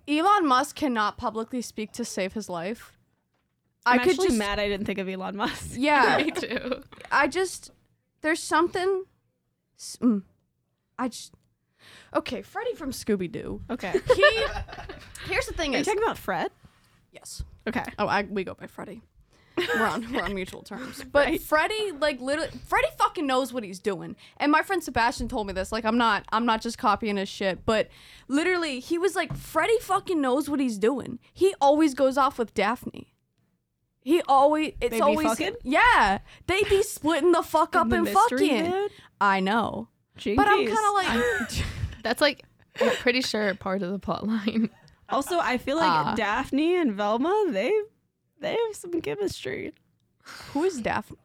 C: Elon Musk cannot publicly speak to save his life.
A: I'm
C: I could
A: actually
C: just
A: mad I didn't think of Elon Musk.
C: yeah.
B: Me too.
C: I just there's something. s- mm. I just okay. Freddy from Scooby Doo.
A: Okay. Are
C: He here's the thing
A: you
C: is
A: talking about Fred?
C: yes.
A: Okay.
C: Oh, I, we go by Freddy. We're on we're on mutual terms. But Freddy like literally Freddy fucking knows what he's doing. And my friend Sebastian told me this. Like I'm not I'm not just copying his shit, but literally he was like Freddy fucking knows what he's doing. He always goes off with Daphne. He always it's
A: They be
C: always
A: fucking?
C: yeah. They be splitting the fuck up
A: the
C: and
A: mystery
C: fucking.
A: vid?
C: I know. But I'm kind of like
B: That's like I'm pretty sure part of the plot line.
A: Also, I feel like
C: Ah.
A: Daphne and Velma, they they have some chemistry.
C: who is Daphne?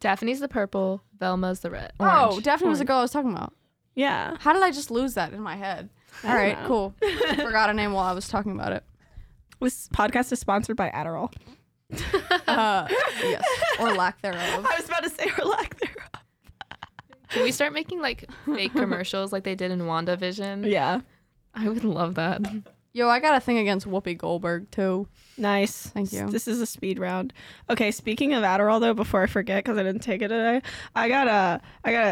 B: Daphne's the purple. Velma's the red.
C: Oh,
B: orange.
C: Daphne was the girl I was talking about.
A: Yeah.
C: How did I just lose that in my head? All right,
A: know.
C: cool. Forgot a name while I was talking about it.
A: This podcast is sponsored by Adderall.
C: Uh, yes, or lack thereof.
A: I was about to say or lack thereof.
B: Can we start making like fake commercials like they did in WandaVision?
A: Yeah.
B: I would love that.
C: Yo, I got a thing against Whoopi Goldberg too.
A: Nice.
C: Thank you.
A: This is a speed round. Okay, speaking of Adderall though, before I forget because I didn't take it today, I got a I got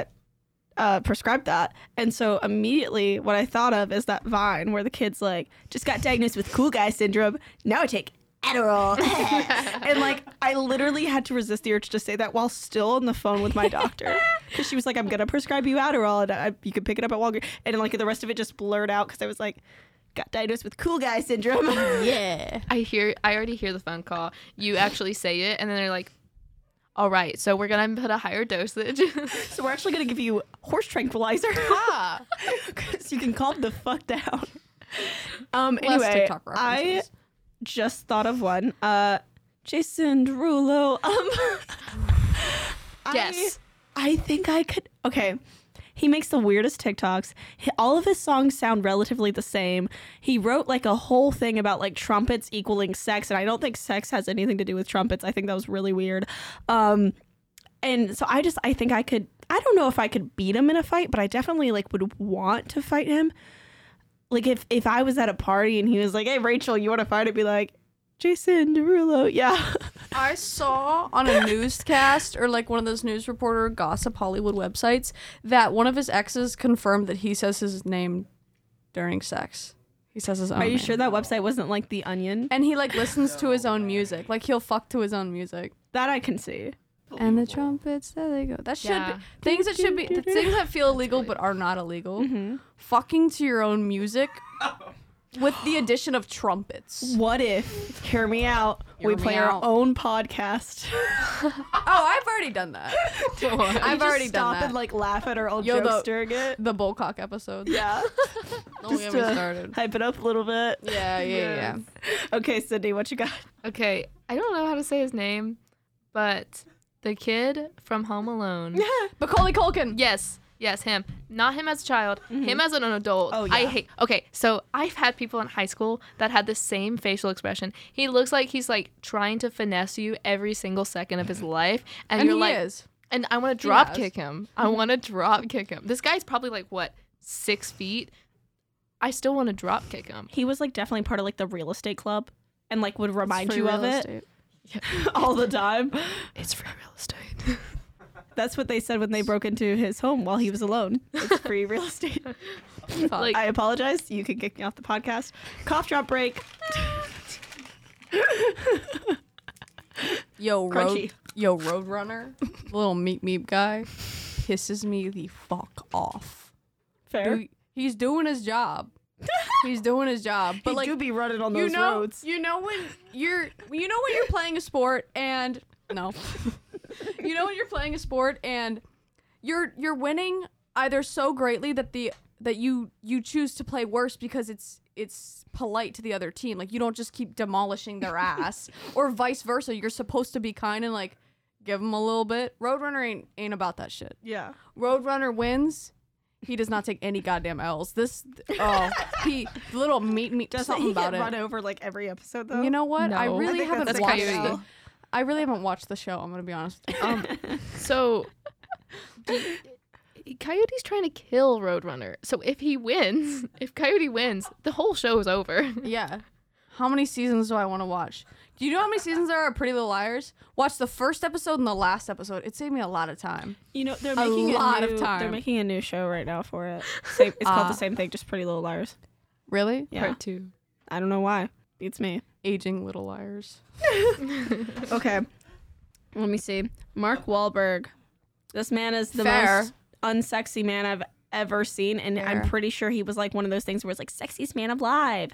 A: a uh, prescribed that, and so immediately what I thought of is that Vine where the kids like just got diagnosed with cool guy syndrome. Now I take Adderall, and like I literally had to resist the urge to say that while still on the phone with my doctor because she was like, "I'm gonna prescribe you Adderall, and I, you can pick it up at Walgreens," and like the rest of it just blurred out because I was like, "Got diagnosed with cool guy syndrome."
C: Yeah.
B: I hear I already hear the phone call. You actually say it and then they're like, All right, so we're gonna put a higher dosage.
A: So we're actually gonna give you horse tranquilizer
C: Ah.
A: because you can calm the fuck down. Um.
C: Less
A: Anyway,
C: TikTok
A: I
C: references.
A: just thought of one. Uh, Jason Derulo. Um.
B: Yes.
A: I, I think I could. Okay. He makes the weirdest TikToks. He- all of his songs sound relatively the same. He wrote like a whole thing about like trumpets equaling sex, and I don't think sex has anything to do with trumpets. I think that was really weird. Um, and so I just I think I could I don't know if I could beat him in a fight, but I definitely like would want to fight him. Like if if I was at a party and he was like, "Hey Rachel, you want to fight?" I'd be like, "Jason Derulo, yeah."
C: I saw on a newscast or like one of those news reporter gossip Hollywood websites that one of his exes confirmed that he says his name during sex. He says his own.
A: Are you
C: name.
A: sure that website wasn't like The Onion?
C: And he like listens to his own music. Like he'll fuck to his own music.
A: That I can see.
C: And the trumpets, there they go. That should
B: Yeah.
C: be things that should be the things that feel illegal but are not illegal.
A: Mm-hmm.
C: Fucking to your own music with the addition of trumpets.
A: What if? Hear me out.
C: Hear
A: we
C: me
A: play our
C: out.
A: own podcast.
C: Oh, I've already done that. I've
A: Just
C: already
A: stop
C: done that.
A: and like laugh at our old
C: Yo,
A: jokes
C: the-
A: during it.
C: the bullcock episode.
A: Yeah,
C: Don't
A: just
C: get me
A: to
C: started.
A: hype it up a little bit.
C: Yeah, yeah, yeah.
A: Okay, Sydney, what you got?
B: okay, I don't know how to say his name, but the kid from Home Alone.
C: Macaulay Culkin.
B: Yes, yes, him. Not him as a child, him as an adult.
A: Oh,
B: I
A: yeah.
B: hate. Okay, so I've had people in high school that had the same facial expression. He looks like he's like trying to finesse you every single second of his life, and,
C: And
B: you're
C: he
B: like,
C: is.
B: and I want to drop
C: has.
B: kick him. I want to drop kick him. This guy's probably like what six feet. I still want to drop kick him.
A: He was like definitely part of like the real estate club and like would remind
C: Free
A: you
C: real
A: of it
C: estate.
A: all the time.
B: It's free real estate.
A: That's what they said when they broke into his home while he was alone. It's free real estate.
B: like
A: I apologize. You can kick me off the podcast. Cough drop break.
C: Yo,
A: Crunchy.
C: road, yo, Roadrunner, little meat meat guy, pisses me the fuck off.
A: Fair.
C: Dude, he's doing his job. He's doing his job. But
A: he
C: like
A: do be running on
C: you
A: those
C: know,
A: roads.
C: you know when you're, you know when you're playing a sport and no, you know when you're playing a sport and you're you're winning either so greatly that the that you you choose to play worse because it's it's polite to the other team like you don't just keep demolishing their ass or vice versa you're supposed to be kind and like give them a little bit roadrunner ain't ain't about that shit
A: yeah.
C: Roadrunner wins. He does not take any goddamn L's. This, oh, he little meat meat
A: Doesn't
C: something
A: he
C: about
A: get run
C: it.
A: over like every episode though?
C: You know what? I
B: No.
C: really
A: I think
C: haven't
A: that's
B: the
C: watched.
B: coyote.
C: The, I really haven't watched the show. I'm gonna be honest. With you.
B: Um, so the- Coyote's trying to kill Roadrunner. So if he wins, if Coyote wins, the whole show is over.
C: Yeah. How many seasons do I want to watch? Do you know how many seasons there are of Pretty Little Liars? Watch the first episode and the last episode. It saved me a lot of time.
A: You know they're
C: A
A: making a
C: lot of
A: new- They're
C: time.
A: making a new show right now for it. Same, it's called
C: Ah.
A: the same thing, just Pretty Little Liars.
C: Really?
A: Yeah.
B: two.
A: I don't know why. Beats me.
C: Aging Little Liars.
A: Okay. Let me see. Mark Wahlberg. This man is the
C: Fair.
A: most unsexy man I've ever seen. And
C: Fair.
A: I'm pretty sure he was like one of those things where it's like sexiest man alive.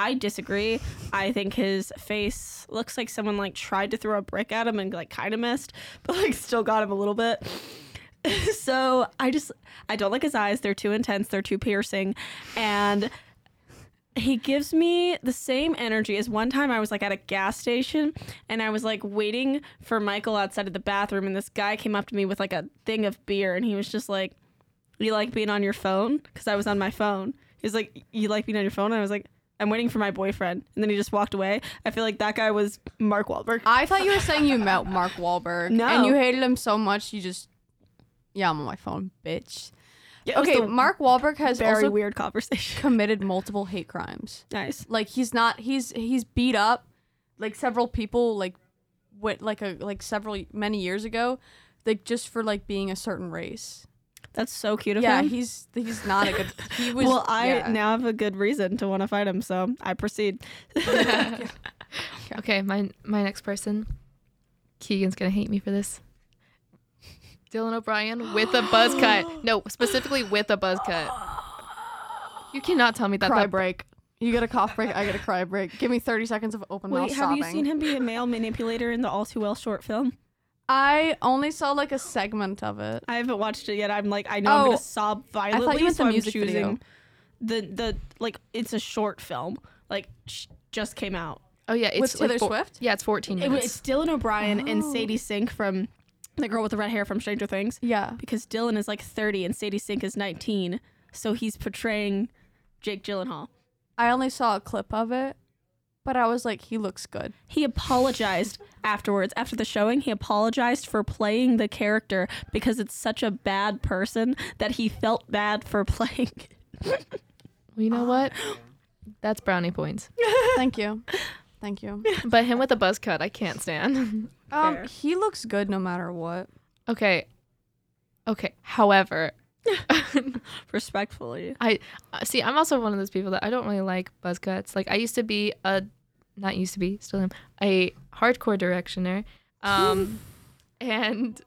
A: I disagree. I think his face looks like someone like tried to throw a brick at him and like kind of missed, but like still got him a little bit. so I just I don't like his eyes. They're too intense. They're too piercing, and he gives me the same energy as one time I was like at a gas station and I was like waiting for Michael outside of the bathroom and this guy came up to me with like a thing of beer and he was just like, "You like being on your phone?" Because I was on my phone. He was like, "You like being on your phone?" And I was like. I'm waiting for my boyfriend, and then he just walked away. I feel like that guy was Mark Wahlberg.
C: I thought you were saying you met Mark Wahlberg.
A: No.
C: And you hated him so much you just Yeah, I'm on my phone, bitch.
A: Yeah, it was
C: Okay,
A: the
C: Mark Wahlberg has
A: very
C: also
A: weird conversation.
C: committed multiple hate crimes.
A: nice.
C: Like he's not he's he's beat up like several people like what like a like several many years ago like just for like being a certain race.
A: That's so cute of
C: Yeah,
A: him.
C: he's he's not a good he was
A: well, I
C: yeah.
A: now have a good reason to want to fight him, so I proceed.
B: Okay, my my next person. Keegan's gonna hate me for this. Dylan O'Brien with a buzz cut. No, specifically with a buzz cut. You cannot tell me that.
C: cry
B: that
C: break. You get a cough break, I get a cry break. Give me 30 seconds of open mouth
A: Wait, have
C: sobbing.
A: you seen him be a male manipulator in the All Too Well short film?
C: I only saw like a segment of it.
A: I haven't watched it yet. I'm like, I know I'm
C: Oh.
A: gonna sob violently,
C: meant
A: so
C: the
A: I'm
C: music
A: choosing
C: video.
A: the the like. It's a short film. Like sh- just came out.
B: oh yeah, it's
C: With
B: like
C: Taylor
B: four-
C: Swift?
B: Yeah, it's fourteen
A: It,
B: minutes.
A: was- it's Dylan O'Brien and Sadie Sink from the girl with the red hair from Stranger Things.
C: Yeah.
A: Because Dylan is like 30 and Sadie Sink is 19, so he's portraying Jake Gyllenhaal.
C: I only saw a clip of it, but I was like, he looks good.
A: He apologized afterwards. After the showing, he apologized for playing the character because it's such a bad person that he felt bad for playing. it.
B: Well, you know what? That's brownie points.
C: Thank you. Thank you.
B: But him with a buzz cut, I can't stand.
C: Um,
A: Fair.
C: he looks good no matter what.
B: okay. Okay. However,
A: Respectfully.
B: I uh, see. I'm also one of those people that I don't really like buzz cuts. Like I used to be a, not used to be, still am a hardcore directioner, um, and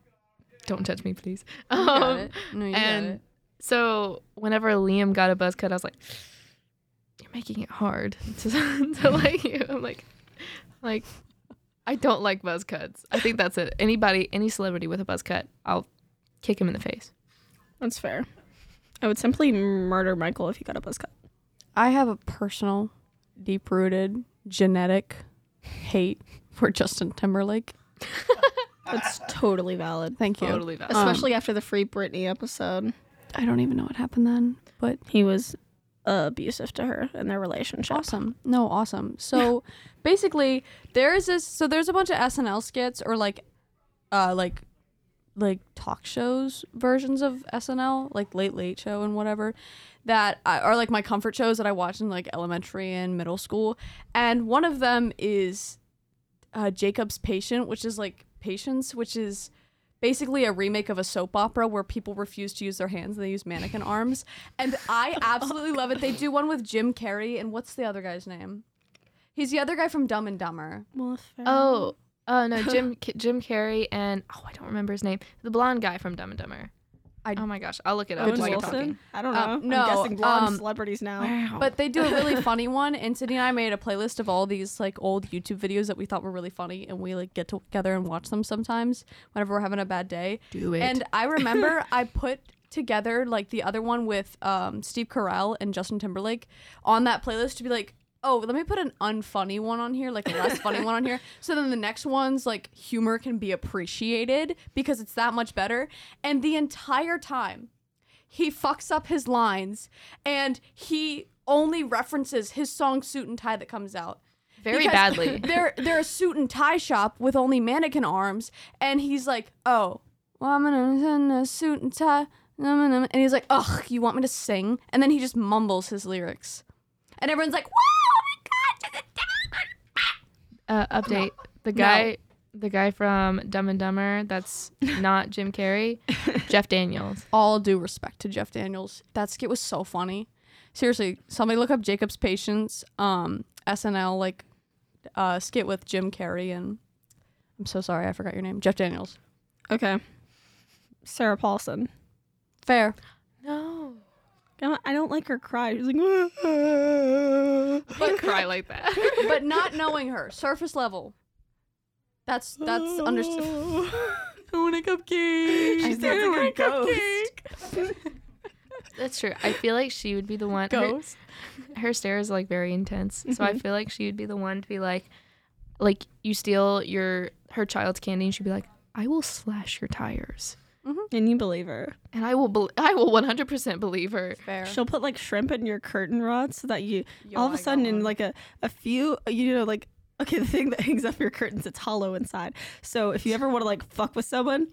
B: don't judge me, please. Um,
C: Got it. No, you got
B: and
C: it.
B: so whenever Liam got a buzz cut, I was like, "You're making it hard to, to like you." I'm like, like I don't like buzz cuts. I think that's it. Anybody, any celebrity with a buzz cut, I'll kick him in the face.
A: That's fair. I would simply murder Michael if he got a buzz cut.
C: I have a personal, deep rooted, genetic hate for Justin Timberlake.
A: That's totally valid. Um,
C: Thank you.
B: Totally valid.
A: Especially after the Free Britney episode.
C: I don't even know what happened then, but
A: He was abusive to her in their relationship.
C: Awesome. No, awesome. So basically there's this so there's a bunch of SNL skits or like uh like like talk shows versions of SNL, like Late Late Show and whatever that I, are like my comfort shows that I watched in like elementary and middle school. And one of them is uh, Jacob's Patient, which is like Patience, which is basically a remake of a soap opera where people refuse to use their hands and they use mannequin arms. And I absolutely love it. They do one with Jim Carrey and what's the other guy's name? He's the other guy from Dumb and Dumber.
B: Oh, oh no, Jim K- Jim Carrey and oh, I don't remember his name. The blonde guy from Dumb and Dumber.
C: I-
B: oh my gosh, I'll look it up.
A: Owen
B: while you're
A: Wilson?
B: talking.
A: I don't know.
C: Um, no,
A: I'm guessing blonde
C: um,
A: celebrities now.
B: Wow.
C: But they do a really funny one, and Sydney and I made a playlist of all these like old YouTube videos that we thought were really funny, and we like get together and watch them sometimes whenever we're having a bad day.
B: do it.
C: And I remember I put together like the other one with um, Steve Carell and Justin Timberlake on that playlist to be like, oh, let me put an unfunny one on here, like a less funny one on here. So then the next one's like humor can be appreciated because it's that much better. And the entire time, he fucks up his lines and he only references his song Suit and Tie that comes out.
B: very
C: Because
B: badly.
C: They're they're a suit and tie shop with only mannequin arms, and he's like, "Oh, well, I'm gonna in a suit and tie," and he's like, "Ugh, you want me to sing?" And then he just mumbles his lyrics, and everyone's like, "Whoa, oh my god!"
B: Uh, update: the guy, the guy from Dumb and Dumber. That's not Jim Carrey. Jeff Daniels.
C: All due respect to Jeff Daniels, that skit was so funny. Seriously, somebody look up Jacob's Patience, um, SNL like uh, skit with Jim Carrey and I'm so sorry, I forgot your name, Jeff Daniels.
A: Okay. Sarah Paulson.
C: Fair.
B: No,
A: I don't- I don't like her cry. She's like, "Ah."
B: but cry like that.
C: but not knowing her, surface level. That's that's understood.
A: I want a cupcake. She's
C: think-
A: there
D: Like a ghost.
B: That's true. I feel like she would be the one. Her,
A: Ghost.
B: her stare is like very intense, so I feel like she would be the one to be like, like you steal your her child's candy, and she'd be like, "I will slash your tires."
C: Mm-hmm.
A: And you believe her.
B: and I will bel I will 100% believe her.
C: Fair.
A: She'll put like shrimp in your curtain rod so that you
C: Yo,
A: all of
C: I
A: a
C: got
A: sudden in
C: one.
A: like a, a few you know like okay the thing that hangs up your curtains it's hollow inside. So if you ever want to like fuck with someone,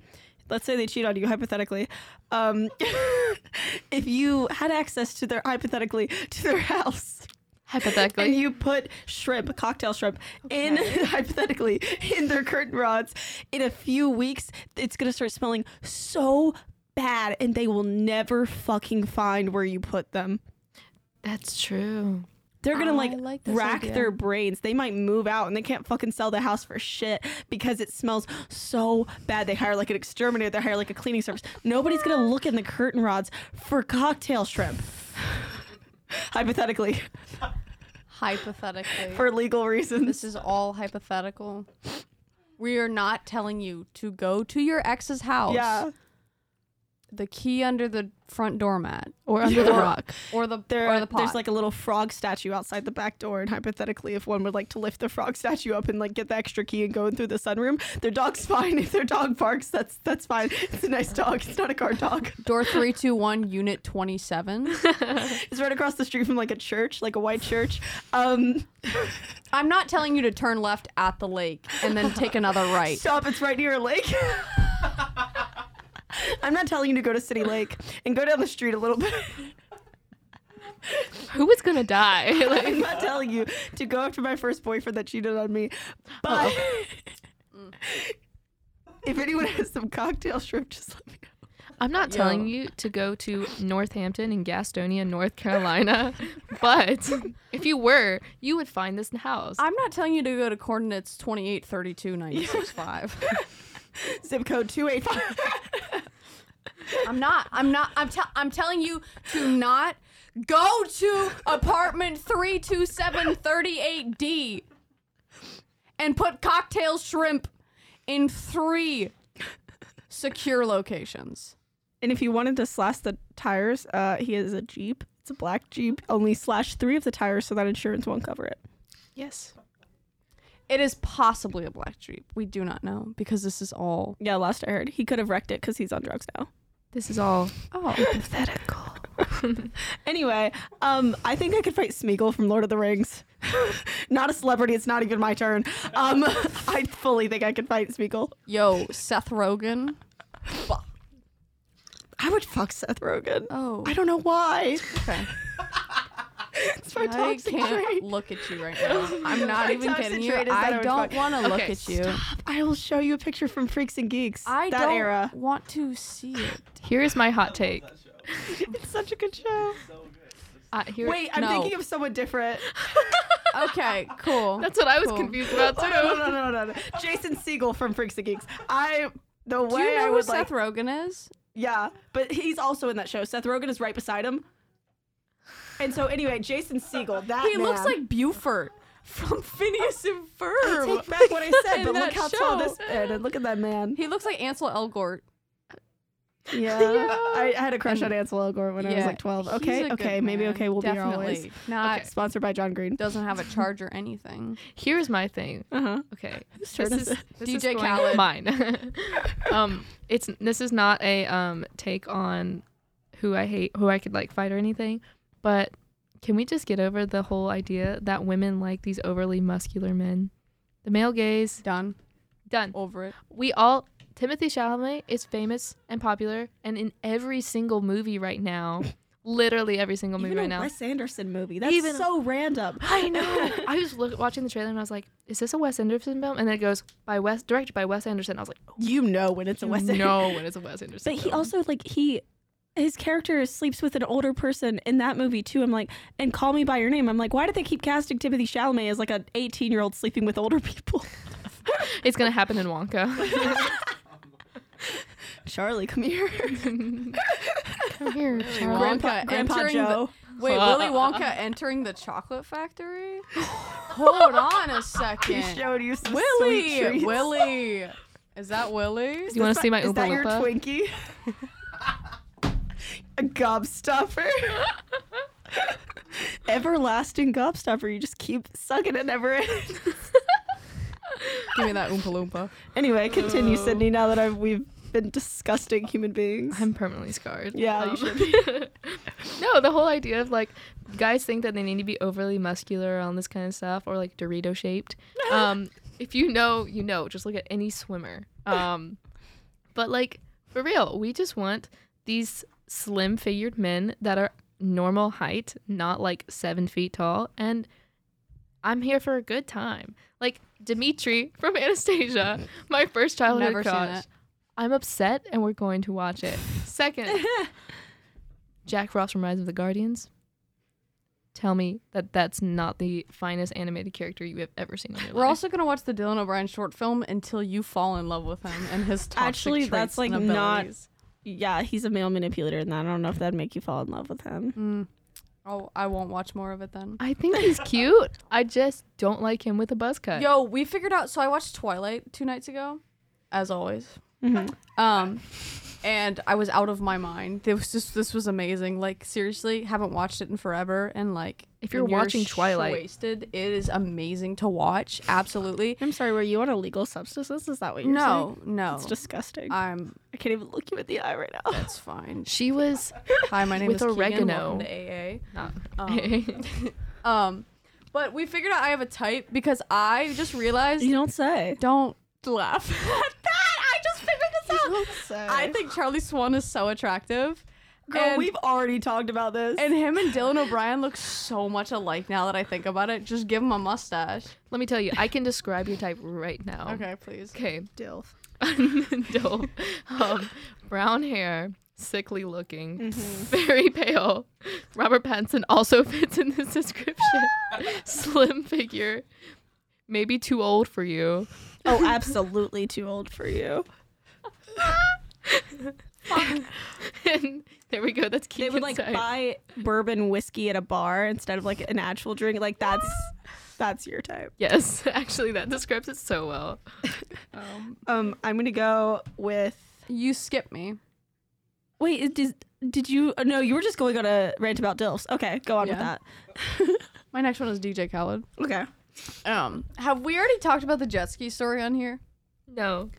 A: let's say they cheat on you hypothetically um, if you had access to their hypothetically to their house and
B: Hypothetically.
A: you put shrimp cocktail shrimp in hypothetically in their curtain rods in a few weeks it's going to start smelling so bad and they will never fucking find where you put them
B: That's true.
A: they're gonna like,
C: I like this
A: rack
C: idea.
A: their brains. They might move out and they can't fucking sell the house for shit because it smells so bad. They hire like an exterminator, they hire like a cleaning service. Nobody's gonna look in the curtain rods for cocktail shrimp. Hypothetically,
C: Hypothetically.
A: for legal reasons.
C: This is all hypothetical. We are not telling you to go to your ex's house.
A: Yeah.
C: The key under the front doormat
B: Or under the
C: Or-
B: rock.
C: or the
A: There,
C: or the pot.
A: there's like a little frog statue outside the back door, and hypothetically, if one would like to lift the frog statue up and like get the extra key and go in through the sunroom, their dog's fine. If their dog barks, that's that's fine. It's a nice dog. It's not a guard dog.
C: door 321 unit 27.
A: It's right across the street from like a church, like a white church. Um,
C: I'm not telling you to turn left at the lake and then take another right.
A: stop! It's right near a lake. I'm not telling you to go to City Lake and go down the street a little bit.
B: Who is gonna die? Like,
A: I'm not telling you to go after my first boyfriend that cheated on me. But if anyone has some cocktail shrimp, just let me know.
B: I'm not
C: Yo.
B: telling you to go to Northampton in Gastonia, North Carolina, but if you were, you would find this house.
C: I'm not telling you to go to coordinates 28, 32, 96, 5.
A: Zip code 285.
C: I'm not. I'm not. I'm, tell I'm telling you to not go to apartment 32738D and put cocktail shrimp in three secure locations.
A: And if you wanted to slash the tires, uh, he has a Jeep. It's a black Jeep. Only slash three of the tires so that insurance won't cover it.
B: yes.
C: It is possibly a black jeep. We do not know because this is all.
A: Yeah, last I heard. He could have wrecked it because he's on drugs now.
B: This is all
C: Oh,
B: hypothetical.
A: Anyway, um, I think I could fight Smeagol from Lord of the Rings. not a celebrity. It's not even my turn. Um, I fully think I could fight Smeagol.
C: yo, Seth Rogen. Fuck.
A: I would fuck Seth Rogen.
C: Oh,
A: I don't know why.
C: okay.
A: It's my
C: I
A: toxic
C: can't
A: trait.
C: look at you right now. I'm not
A: My
C: even
A: toxic
C: kidding you.
A: trait is that I
C: I
A: would
C: don't
A: fuck-
C: want to look
B: Okay,
C: at you.
A: I will show you a picture from Freaks and Geeks.
C: I
A: that
C: don't
A: era.
C: want to see it.
B: Here is my hot take.
A: It's such a good show.
B: Uh, here,
A: Wait, I'm
C: No.
A: thinking of someone different.
C: Okay, cool.
B: that's what I was
C: Cool.
B: confused about
A: Oh, No, no,
B: too.
A: no, no, no, no. Jason Siegel from Freaks and Geeks. I the way
C: Do you know
A: I
C: who
A: would like.
C: Seth Rogen is?
A: Yeah, but he's also in that show. Seth Rogen is right beside him. And so, anyway, Jason Siegel. That
C: He looks
A: man-
C: like Buford from Phineas and
A: I
C: Ferb.
A: take back what I said,
C: in
A: but
C: that
A: look how tall
C: show.
A: this man and look at that man.
C: He looks like Ansel Elgort.
A: Yeah, I, I had a crush on Ansel Elgort when I was
C: Yeah,
A: like twelve.
C: he's a
A: Okay,
C: good
A: okay, maybe
C: man,
A: okay. We'll
C: Definitely.
A: be here always.
C: Not
B: Okay.
A: Sponsored by John Green.
C: doesn't have a charge or anything.
B: Here is my thing.
A: Uh huh.
B: Okay.
A: Whose turn is it?
B: this
C: DJ
B: going-
C: Khaled.
B: Mine. um, it's this is not a um take on who I hate, who I could like fight or anything, but can we just get over the whole idea that women like these overly muscular men? The male gaze
C: Done.
B: done.
C: Over it.
B: We all Timothy Chalamet is famous and popular, and in every single movie right now, literally every single movie
A: Even
B: right
A: a
B: now.
A: Wes Anderson movie. That's
B: Even-
A: so random.
B: I know. I was look, watching the trailer and I was like, "Is this a Wes Anderson film?" And then it goes by Wes, directed by Wes Anderson. I was like,
A: You know when it's a Wes. Anderson.
B: no, when it's a Wes Anderson.
A: But he
B: film.
A: also like he his character sleeps with an older person in that movie too. I'm like, and call me by your name. I'm like, why did they keep casting Timothy Chalamet as like an 18 year old sleeping with older people?
B: it's gonna happen in Wonka.
A: Charlie, come here.
B: Come here,
C: Wonka
A: Grandpa, Grandpa
C: entering
A: Joe.
C: the- wait, Willy Wonka entering the chocolate factory? Hold on a second.
A: you some sweet
C: Willy,
A: treats.
C: Willy, is that Willy?
B: You want to see my
A: Is
B: Oompa
A: that your
B: Loompa?
A: Twinkie? a gobstopper. Everlasting gobstopper. You just keep sucking it never ends.
C: Give me that Oompa Loompa.
A: Anyway, continue, Sydney. Now that I've, we've been disgusting human beings.
B: I'm permanently scarred. Um,
A: Yeah, you should be.
B: No, the whole idea of like guys think that they need to be overly muscular on this kind of stuff or like Dorito shaped. Um, if you know, you know. Just look at any swimmer. Um, but like For real, we just want these slim figured men that are normal height, not like seven feet tall. And I'm here for a good time. Like Dimitri from Anastasia, my first childhood
C: Never seen
B: crush.
C: it.
B: I'm upset and we're going to watch it. Second, Jack Frost from Rise of the Guardians. Tell me that that's not the finest animated character you have ever seen in your
C: We're
B: life.
C: also gonna watch the Dylan O'Brien short film until you fall in love with him and his toxic
A: Actually,
C: traits
A: that's, like,
C: and
A: not-
C: abilities.
A: Yeah, he's a male manipulator, and I don't know if that'd make you fall in love with him.
C: Mm. Oh, I won't watch more of it then.
B: I think he's cute. I just don't like him with a buzz cut.
C: Yo, we figured out. So I watched Twilight two nights ago, as always.
A: Mhm.
C: Um, and I was out of my mind. This was just this was amazing. Like seriously, haven't watched it in forever. And like,
B: If you're
C: when
B: watching Twilight-
C: wasted. It is amazing to watch. Absolutely.
A: I'm sorry, were you on illegal substances? Is that what you're saying?
C: No, no,
A: It's disgusting. I,
C: I'm.
A: can't even look you in the eye right now.
C: That's fine.
B: She was
C: Hi, my name
B: With
C: is Keegan.
B: oregano.
C: Welcome to AA.
B: not.
C: Um, but we figured out I have a type because I just realized.
A: You don't say.
C: don't laugh at that. I just figured this out.
A: say.
C: I think Charlie Swan is so attractive.
A: Girl,
C: and,
A: we've already talked about this.
C: and him and Dylan O'Brien look so much alike now that I think about it. Just give him a mustache.
B: Let me tell you, I can describe your type right
A: Oh.
B: now.
C: Okay, please.
B: Okay.
A: Dilf.
B: Dope. Um, brown hair, sickly looking, very pale. Robert Pattinson also fits in this description. Slim figure, maybe too old for you.
A: Oh, absolutely too old for you.
B: and there we go. That's
A: They
B: Keegan's
A: would like
B: type.
A: buy bourbon whiskey at a bar instead of like an actual drink. Like that's that's your type.
B: yes, actually, that describes it so well. Um,
A: Um, I'm gonna go with.
C: You skip me.
A: Wait, is- did did you? uh, No, you were just going on a rant about Dilfs. Okay, go on with
C: Yeah.
A: that.
C: My next one is DJ Khaled.
A: Okay.
C: Um, have we already talked about the jet ski story on here?
B: no.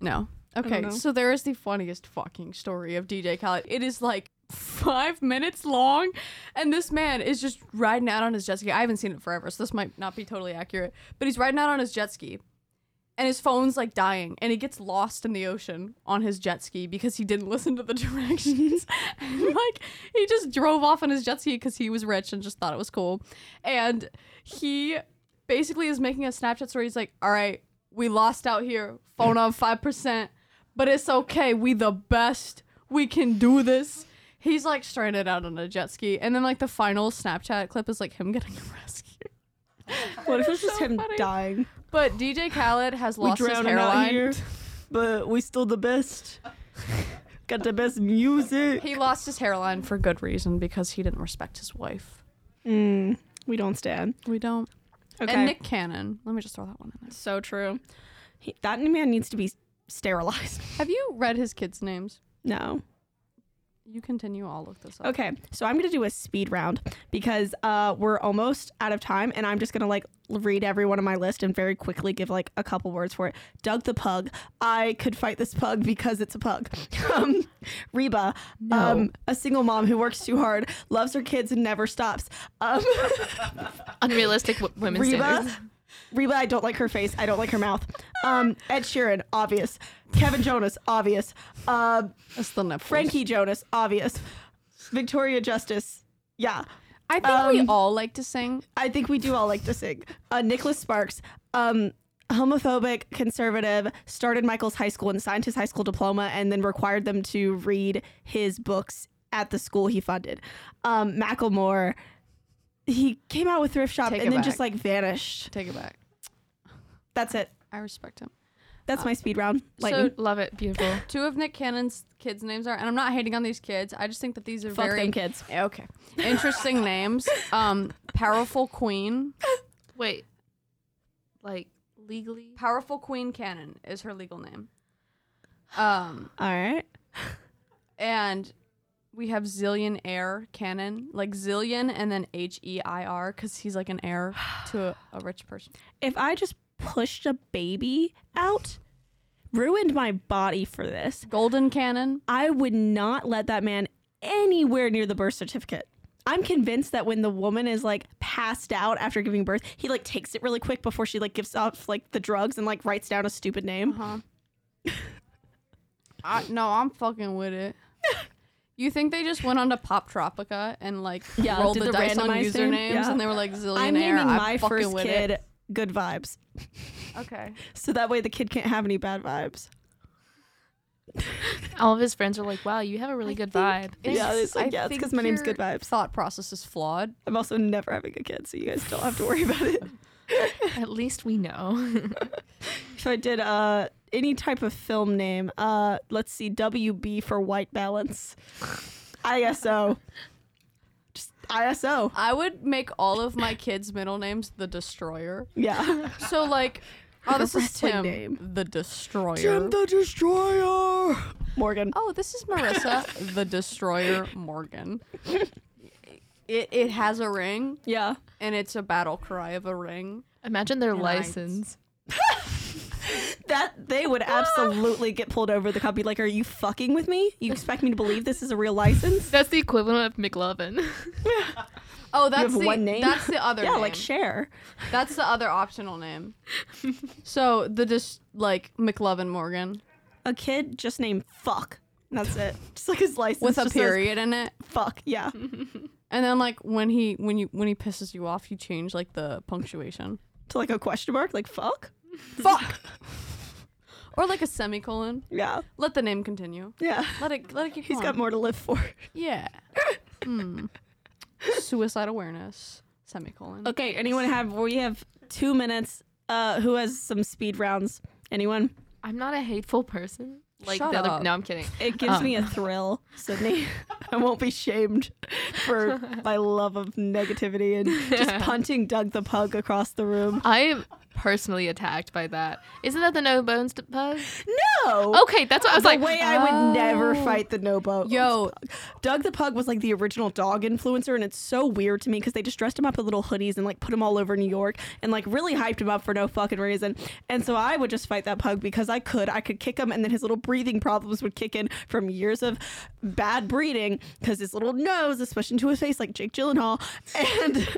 C: No.
A: don't
C: Okay,
A: know.
C: so there is the funniest fucking story of DJ Khaled. It is like five minutes long, and this man is just riding out on his jet ski. I haven't seen it forever, so this might not be totally accurate, but he's riding out on his jet ski, and his phone's like dying, and he gets lost in the ocean on his jet ski because he didn't listen to the directions. and, like, he just drove off on his jet ski because he was rich and just thought it was cool. And he basically is making a Snapchat story. He's like, all right, we lost out here, phone on 5%, but it's okay. We the best. We can do this. He's like stranded out on a jet ski. And then, like, the final Snapchat clip is like him getting rescued.
A: What if it's just
C: so
A: him
C: funny.
A: dying?
C: But DJ Khaled has
A: We
C: lost his
A: drowned him out
C: hairline.
A: here, but we still the best. Got the best music.
C: He lost his hairline for good reason because he didn't respect his wife.
A: Mm, we don't stand.
C: We don't.
A: Okay.
C: And Nick Cannon. Let me just throw that one in there.
A: So true. He, that man needs to be sterilized.
C: Have you read his kids' names?
A: No.
C: You continue. I'll look this up.
A: Okay, so I'm gonna do a speed round because uh, we're almost out of time, and I'm just gonna like l- read every one of my list and very quickly give like a couple words for it. Doug the pug. I could fight this pug because it's a pug. um, Reba. Um, a single mom who works too hard, loves her kids, and never stops. Um,
B: Unrealistic w- women's standards.
A: Reba. Reba, I don't like her face. I don't like her mouth. Um, Ed Sheeran, obvious. Kevin Jonas, obvious. Uh,
C: It's the nipples.
A: Frankie Jonas, obvious. Victoria Justice, yeah.
C: I think we
A: Um,
C: all like to sing.
A: I think we do all like to sing. Uh, Nicholas Sparks, um, homophobic, conservative, started Michael's high school and signed his high school diploma and then required them to read his books at the school he funded. Um, Macklemore, he came out with Thrift Shop
C: Take it
A: and then
C: back.
A: just like vanished.
C: Take it back.
A: That's it.
C: I respect him.
A: That's my speed round. Lightning.
B: So, love it. Beautiful.
C: Two of Nick Cannon's kids' names are, and I'm not hating on these kids. I just think that these are
A: Fuck
C: very
A: them kids.
C: okay, interesting names. Um, powerful Queen,
B: Wait. Like, legally?
C: powerful Queen Cannon is her legal name. Um,
A: All right.
C: and we have Zillion Air Cannon, like Zillion, and then H E I R, because he's like an heir to a, a rich person.
A: If I just pushed a baby out, ruined my body for this,
C: Golden Cannon.
A: I would not let that man anywhere near the birth certificate. I'm convinced that when the woman is like passed out after giving birth, he like takes it really quick before she like gives off like the drugs and like writes down a stupid name.
C: Uh-huh. I, no, I'm fucking with it. You think they just went onto Pop Tropica and like
A: Yeah,
C: rolled
A: did
C: the,
A: the
C: dice on
A: randomized
C: usernames
A: thing? Yeah.
C: and they were like zillionaire?
A: I'm naming my
C: fucking
A: first
C: with
A: kid
C: It.
A: Good Vibes.
B: Okay.
A: So that way the kid can't have any bad vibes.
B: All of his friends are like, "Wow, you have a really good vibe."
C: It's-
A: yeah, it's like,
C: I
A: yeah, it's
C: think
A: because my name's
C: your
A: Good Vibes.
C: Thought process is flawed.
A: I'm also never having a kid, so you guys don't have to worry about it.
B: At least we know.
A: If I did uh, any type of film name, uh, let's see, WB for white balance, ISO, just ISO.
C: I would make all of my kids' middle names the Destroyer.
A: Yeah,
C: So like, oh, this is
A: wrestling
C: Tim,
A: name.
C: the Destroyer.
A: Destroyer. Morgan.
C: oh, this is Marissa, the Destroyer Morgan. It it has a ring
A: Yeah,
C: and it's a battle cry of a ring.
B: Imagine their
C: Right.
B: license.
A: that they would absolutely get pulled over. The cop be like, "Are you fucking with me? You expect me to believe this is a real license?"
B: That's the equivalent of McLovin.
C: Oh, that's
A: have
C: the
A: one name?
C: that's the other
A: yeah,
C: name.
A: like share.
C: that's the other optional name. so the just like McLovin Morgan
A: A kid just named fuck. That's it. Just like his license
C: with a
A: just says
C: period Hmm. in it.
A: fuck. Yeah.
C: And then like when he when you when he pisses you off, you change like the punctuation.
A: to like a question mark, like fuck.
C: Fuck. or like a semicolon.
A: Yeah,
C: Let the name continue.
A: yeah.
C: Let it let it keep
A: He's
C: going.
A: got more to live for.
C: Yeah. Hmm. Suicide awareness. Semicolon.
A: Okay, anyone have? We have two minutes. Uh, who has some speed rounds? Anyone?
B: I'm not a hateful person. Like
C: Shut
B: the other.
C: up.
B: No, I'm kidding.
A: It gives
B: Um.
A: me a thrill, Sydney. I won't be shamed for my love of negativity and just punting Doug the pug across the room.
B: I am personally attacked by that. Isn't that the no bones d- pug?
A: No.
B: Okay, that's what I was
A: the
B: like.
A: way I would never
C: Oh.
A: fight the no bones.
C: Yo,
A: Doug the Pug was like the original dog influencer, and it's so weird to me because they just dressed him up in little hoodies and like put him all over New York and like really hyped him up for no fucking reason. And so I would just fight that pug because I could. I could kick him, and then his little breathing problems would kick in from years of bad breeding because his little nose is pushed into his face like Jake Gyllenhaal. And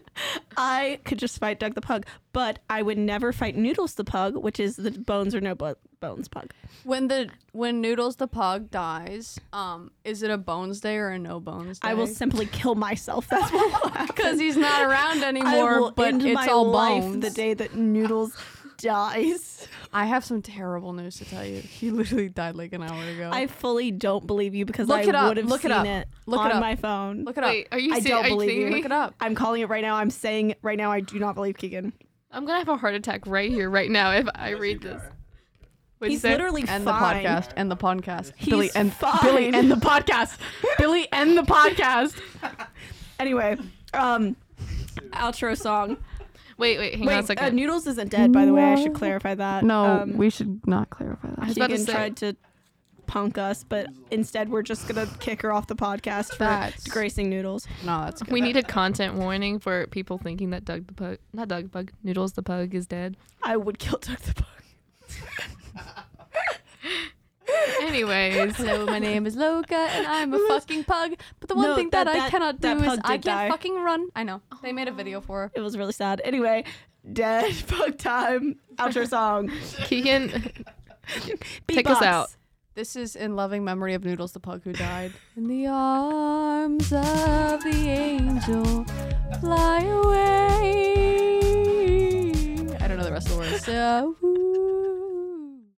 A: I could just fight Doug the Pug, but I would never fight Noodles the Pug, which is the bones or no bo- bones pug.
C: when the when Noodles the pug dies, um, is it a bones day or a no bones day?
A: I will simply kill myself. That's what will happen.
C: because he's not around
A: I
C: anymore.
A: will
C: But
A: end my
C: it's all
A: life
C: bones.
A: the day that Noodles dies.
C: I have some terrible news to tell you. He literally died like an hour ago.
A: I fully don't believe you because
C: Look it
A: I
C: up,
A: would have
C: look
A: seen
C: it up,
A: it
C: look it
A: on
C: up.
A: my phone.
C: look it
B: Wait,
C: up.
B: are you
A: I
B: serious?
A: don't
B: Are you
A: believe
B: kidding
A: you.
B: me?
C: Look it up.
A: I'm calling it right now. I'm saying right now I do not believe Keegan.
B: I'm gonna have a heart attack right here, right now, if I read this. What'd you
A: He's
B: say?
A: literally
C: End
A: fine.
C: the podcast. End the podcast.
A: He's
C: Billy end
A: fine.
C: Billy end the podcast. Billy end the podcast.
A: Anyway, um, outro song.
B: Wait, wait, hang on a
A: Wait,
B: second.
A: uh, Noodles isn't dead, by the way. I should clarify that.
C: No,
A: um,
C: we should not clarify that.
B: was about to
A: Keegan
B: say-
A: tried to punk us, but instead we're just gonna kick her off the podcast for
C: That's-
A: disgracing Noodles.
C: No, that's good.
B: we need a content warning for people thinking that Doug the Pug, not Doug the Pug, Noodles the Pug is dead.
A: I would kill Doug the Pug.
B: Anyways,
C: Hello, my name is Loka, and I'm a fucking pug. But the one
A: No,
C: thing that,
A: that-
C: I
A: that-
C: cannot
A: that
C: do is
A: pug
C: I can't
A: did die.
C: fucking run. I know. They made a video for her.
A: It was really sad. Anyway, dead fuck time. Outro song.
B: Keegan, Take us
A: Beatbox.
B: out.
C: This is in loving memory of Noodles the pug who died. In the arms of the angel, fly away. I don't know the rest of the words. So